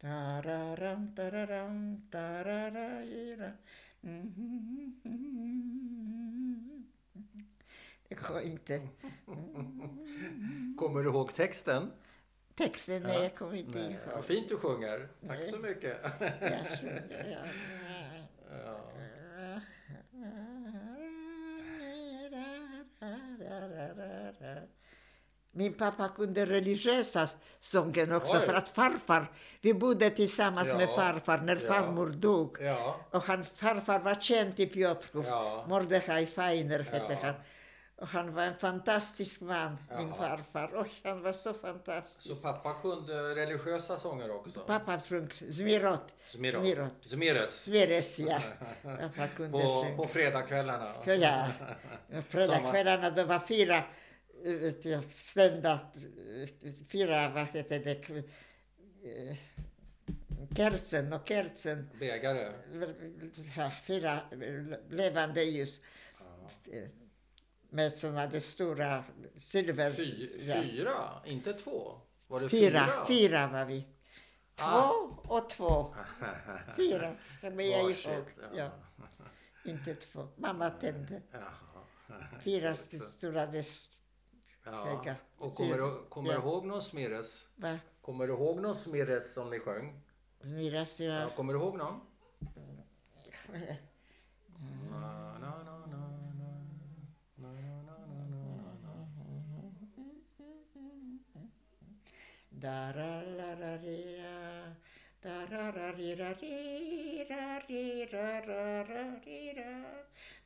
Speaker 1: Tararam, tararam, tararajira. Det går inte.
Speaker 2: Kommer du ihåg texten?
Speaker 1: Texten, nej, jag kommer inte
Speaker 2: Nej. Vad
Speaker 1: ihåg.
Speaker 2: fint du sjunger. Tack så mycket.
Speaker 1: Jag sjunger, ja.
Speaker 2: Ja.
Speaker 1: Min pappa kunde religiösa sånger också
Speaker 2: Oj.
Speaker 1: för att farfar, vi bodde tillsammans
Speaker 2: Ja,
Speaker 1: med farfar när
Speaker 2: ja.
Speaker 1: farmor dog.
Speaker 2: Ja.
Speaker 1: Och han, farfar var känd i Piotrków,
Speaker 2: Ja.
Speaker 1: Mordechai Feiner hette
Speaker 2: Ja.
Speaker 1: han. Och han var en fantastisk man, min
Speaker 2: Ja.
Speaker 1: farfar. Oj, han var så
Speaker 2: Så
Speaker 1: fantastisk.
Speaker 2: pappa kunde religiösa sånger också?
Speaker 1: Pappa sjöng Zmirot.
Speaker 2: Smirot.
Speaker 1: Zmirot.
Speaker 2: Smiros.
Speaker 1: Sveresia. Pappa kunde
Speaker 2: På,
Speaker 1: sjunga.
Speaker 2: på fredagskvällarna.
Speaker 1: Ja, ja. Fredagskvällarna, det var fyra eh, vet jag, stända, eh, fyra, vad heter det, k- eh, kersen och kersen,
Speaker 2: Bägare.
Speaker 1: ja, fyra levande ljus eh, med sådana där stora silver...
Speaker 2: Fy,
Speaker 1: ja.
Speaker 2: fyra, inte två? Var det
Speaker 1: fyra,
Speaker 2: fyra?
Speaker 1: fyra var vi. Två
Speaker 2: Ah.
Speaker 1: och två. Fyra, kommer jag
Speaker 2: Varsitt,
Speaker 1: ihåg.
Speaker 2: ja.
Speaker 1: Ja. Inte två. Mamma tände.
Speaker 2: Jaha.
Speaker 1: Fyra st- stora des-
Speaker 2: Ja.
Speaker 1: Höga.
Speaker 2: Och kommer du, kommer du
Speaker 1: Ja.
Speaker 2: ihåg någon Smirres?
Speaker 1: va?
Speaker 2: Kommer du ihåg någon Smirres som ni sjöng?
Speaker 1: Myras,
Speaker 2: Ja,
Speaker 1: ja.
Speaker 2: kommer du ihåg någon? Na, na, na, na, na, na, na, na, na, na.
Speaker 1: Dararararira, darararirarirarirarirararira,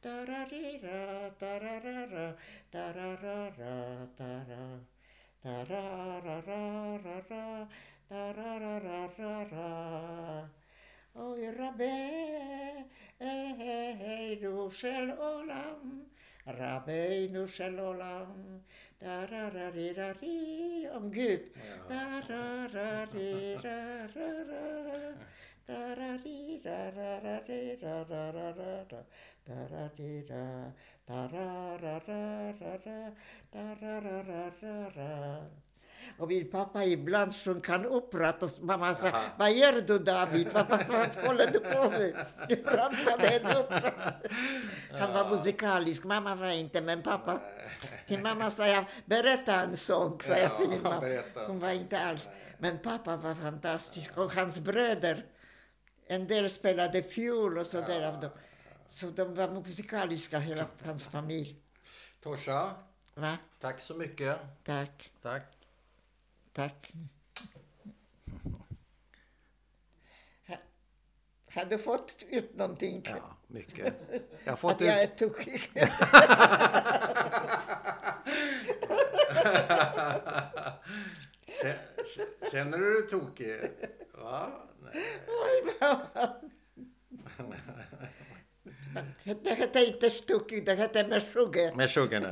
Speaker 1: dararira, dararara, dararara, dara, dararararara, dararararara. Oj, rabbe, du shel olam, rabbeinu shel olam, darararirari, om Gud. Darararirarara, dararirarararararara, dararira, dararararara, dararararara. Och min pappa ibland sjönk han upprat och mamma sa
Speaker 2: Aha.
Speaker 1: vad gör du David? Vad, vad, vad håller du på med? Ibland var det en opera. Han var musikalisk, mamma var inte, men pappa. Till mamma sa jag, berätta en sång, sa jag till min
Speaker 2: Ja,
Speaker 1: mamma.
Speaker 2: berätta en
Speaker 1: Hon var
Speaker 2: sång.
Speaker 1: inte alls. Men pappa var fantastisk och hans bröder, en del spelade fiol och sådär av dem. Så de var musikaliska, hela hans familj.
Speaker 2: Torsa,
Speaker 1: Va?
Speaker 2: tack så mycket.
Speaker 1: Tack,
Speaker 2: Tack.
Speaker 1: tack. Ha- Har du fått ut någonting?
Speaker 2: Ja, mycket. Jag har
Speaker 1: Att
Speaker 2: fått
Speaker 1: jag är
Speaker 2: ut...
Speaker 1: tokig?
Speaker 2: Kä- Känner du dig tokig? Va? Nej.
Speaker 1: Oj, mamma. Det hette inte tokig, det hette meshuggah.
Speaker 2: Med sugarna.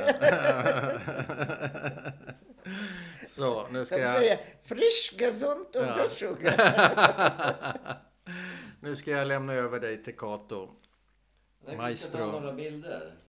Speaker 2: Så, nu ska
Speaker 1: De
Speaker 2: jag,
Speaker 1: säger frisch, gesund och
Speaker 2: Ja.
Speaker 1: sugar.
Speaker 2: nu ska jag lämna över dig till Cato.
Speaker 4: När vi ska
Speaker 2: Maestro.
Speaker 4: ta några bilder.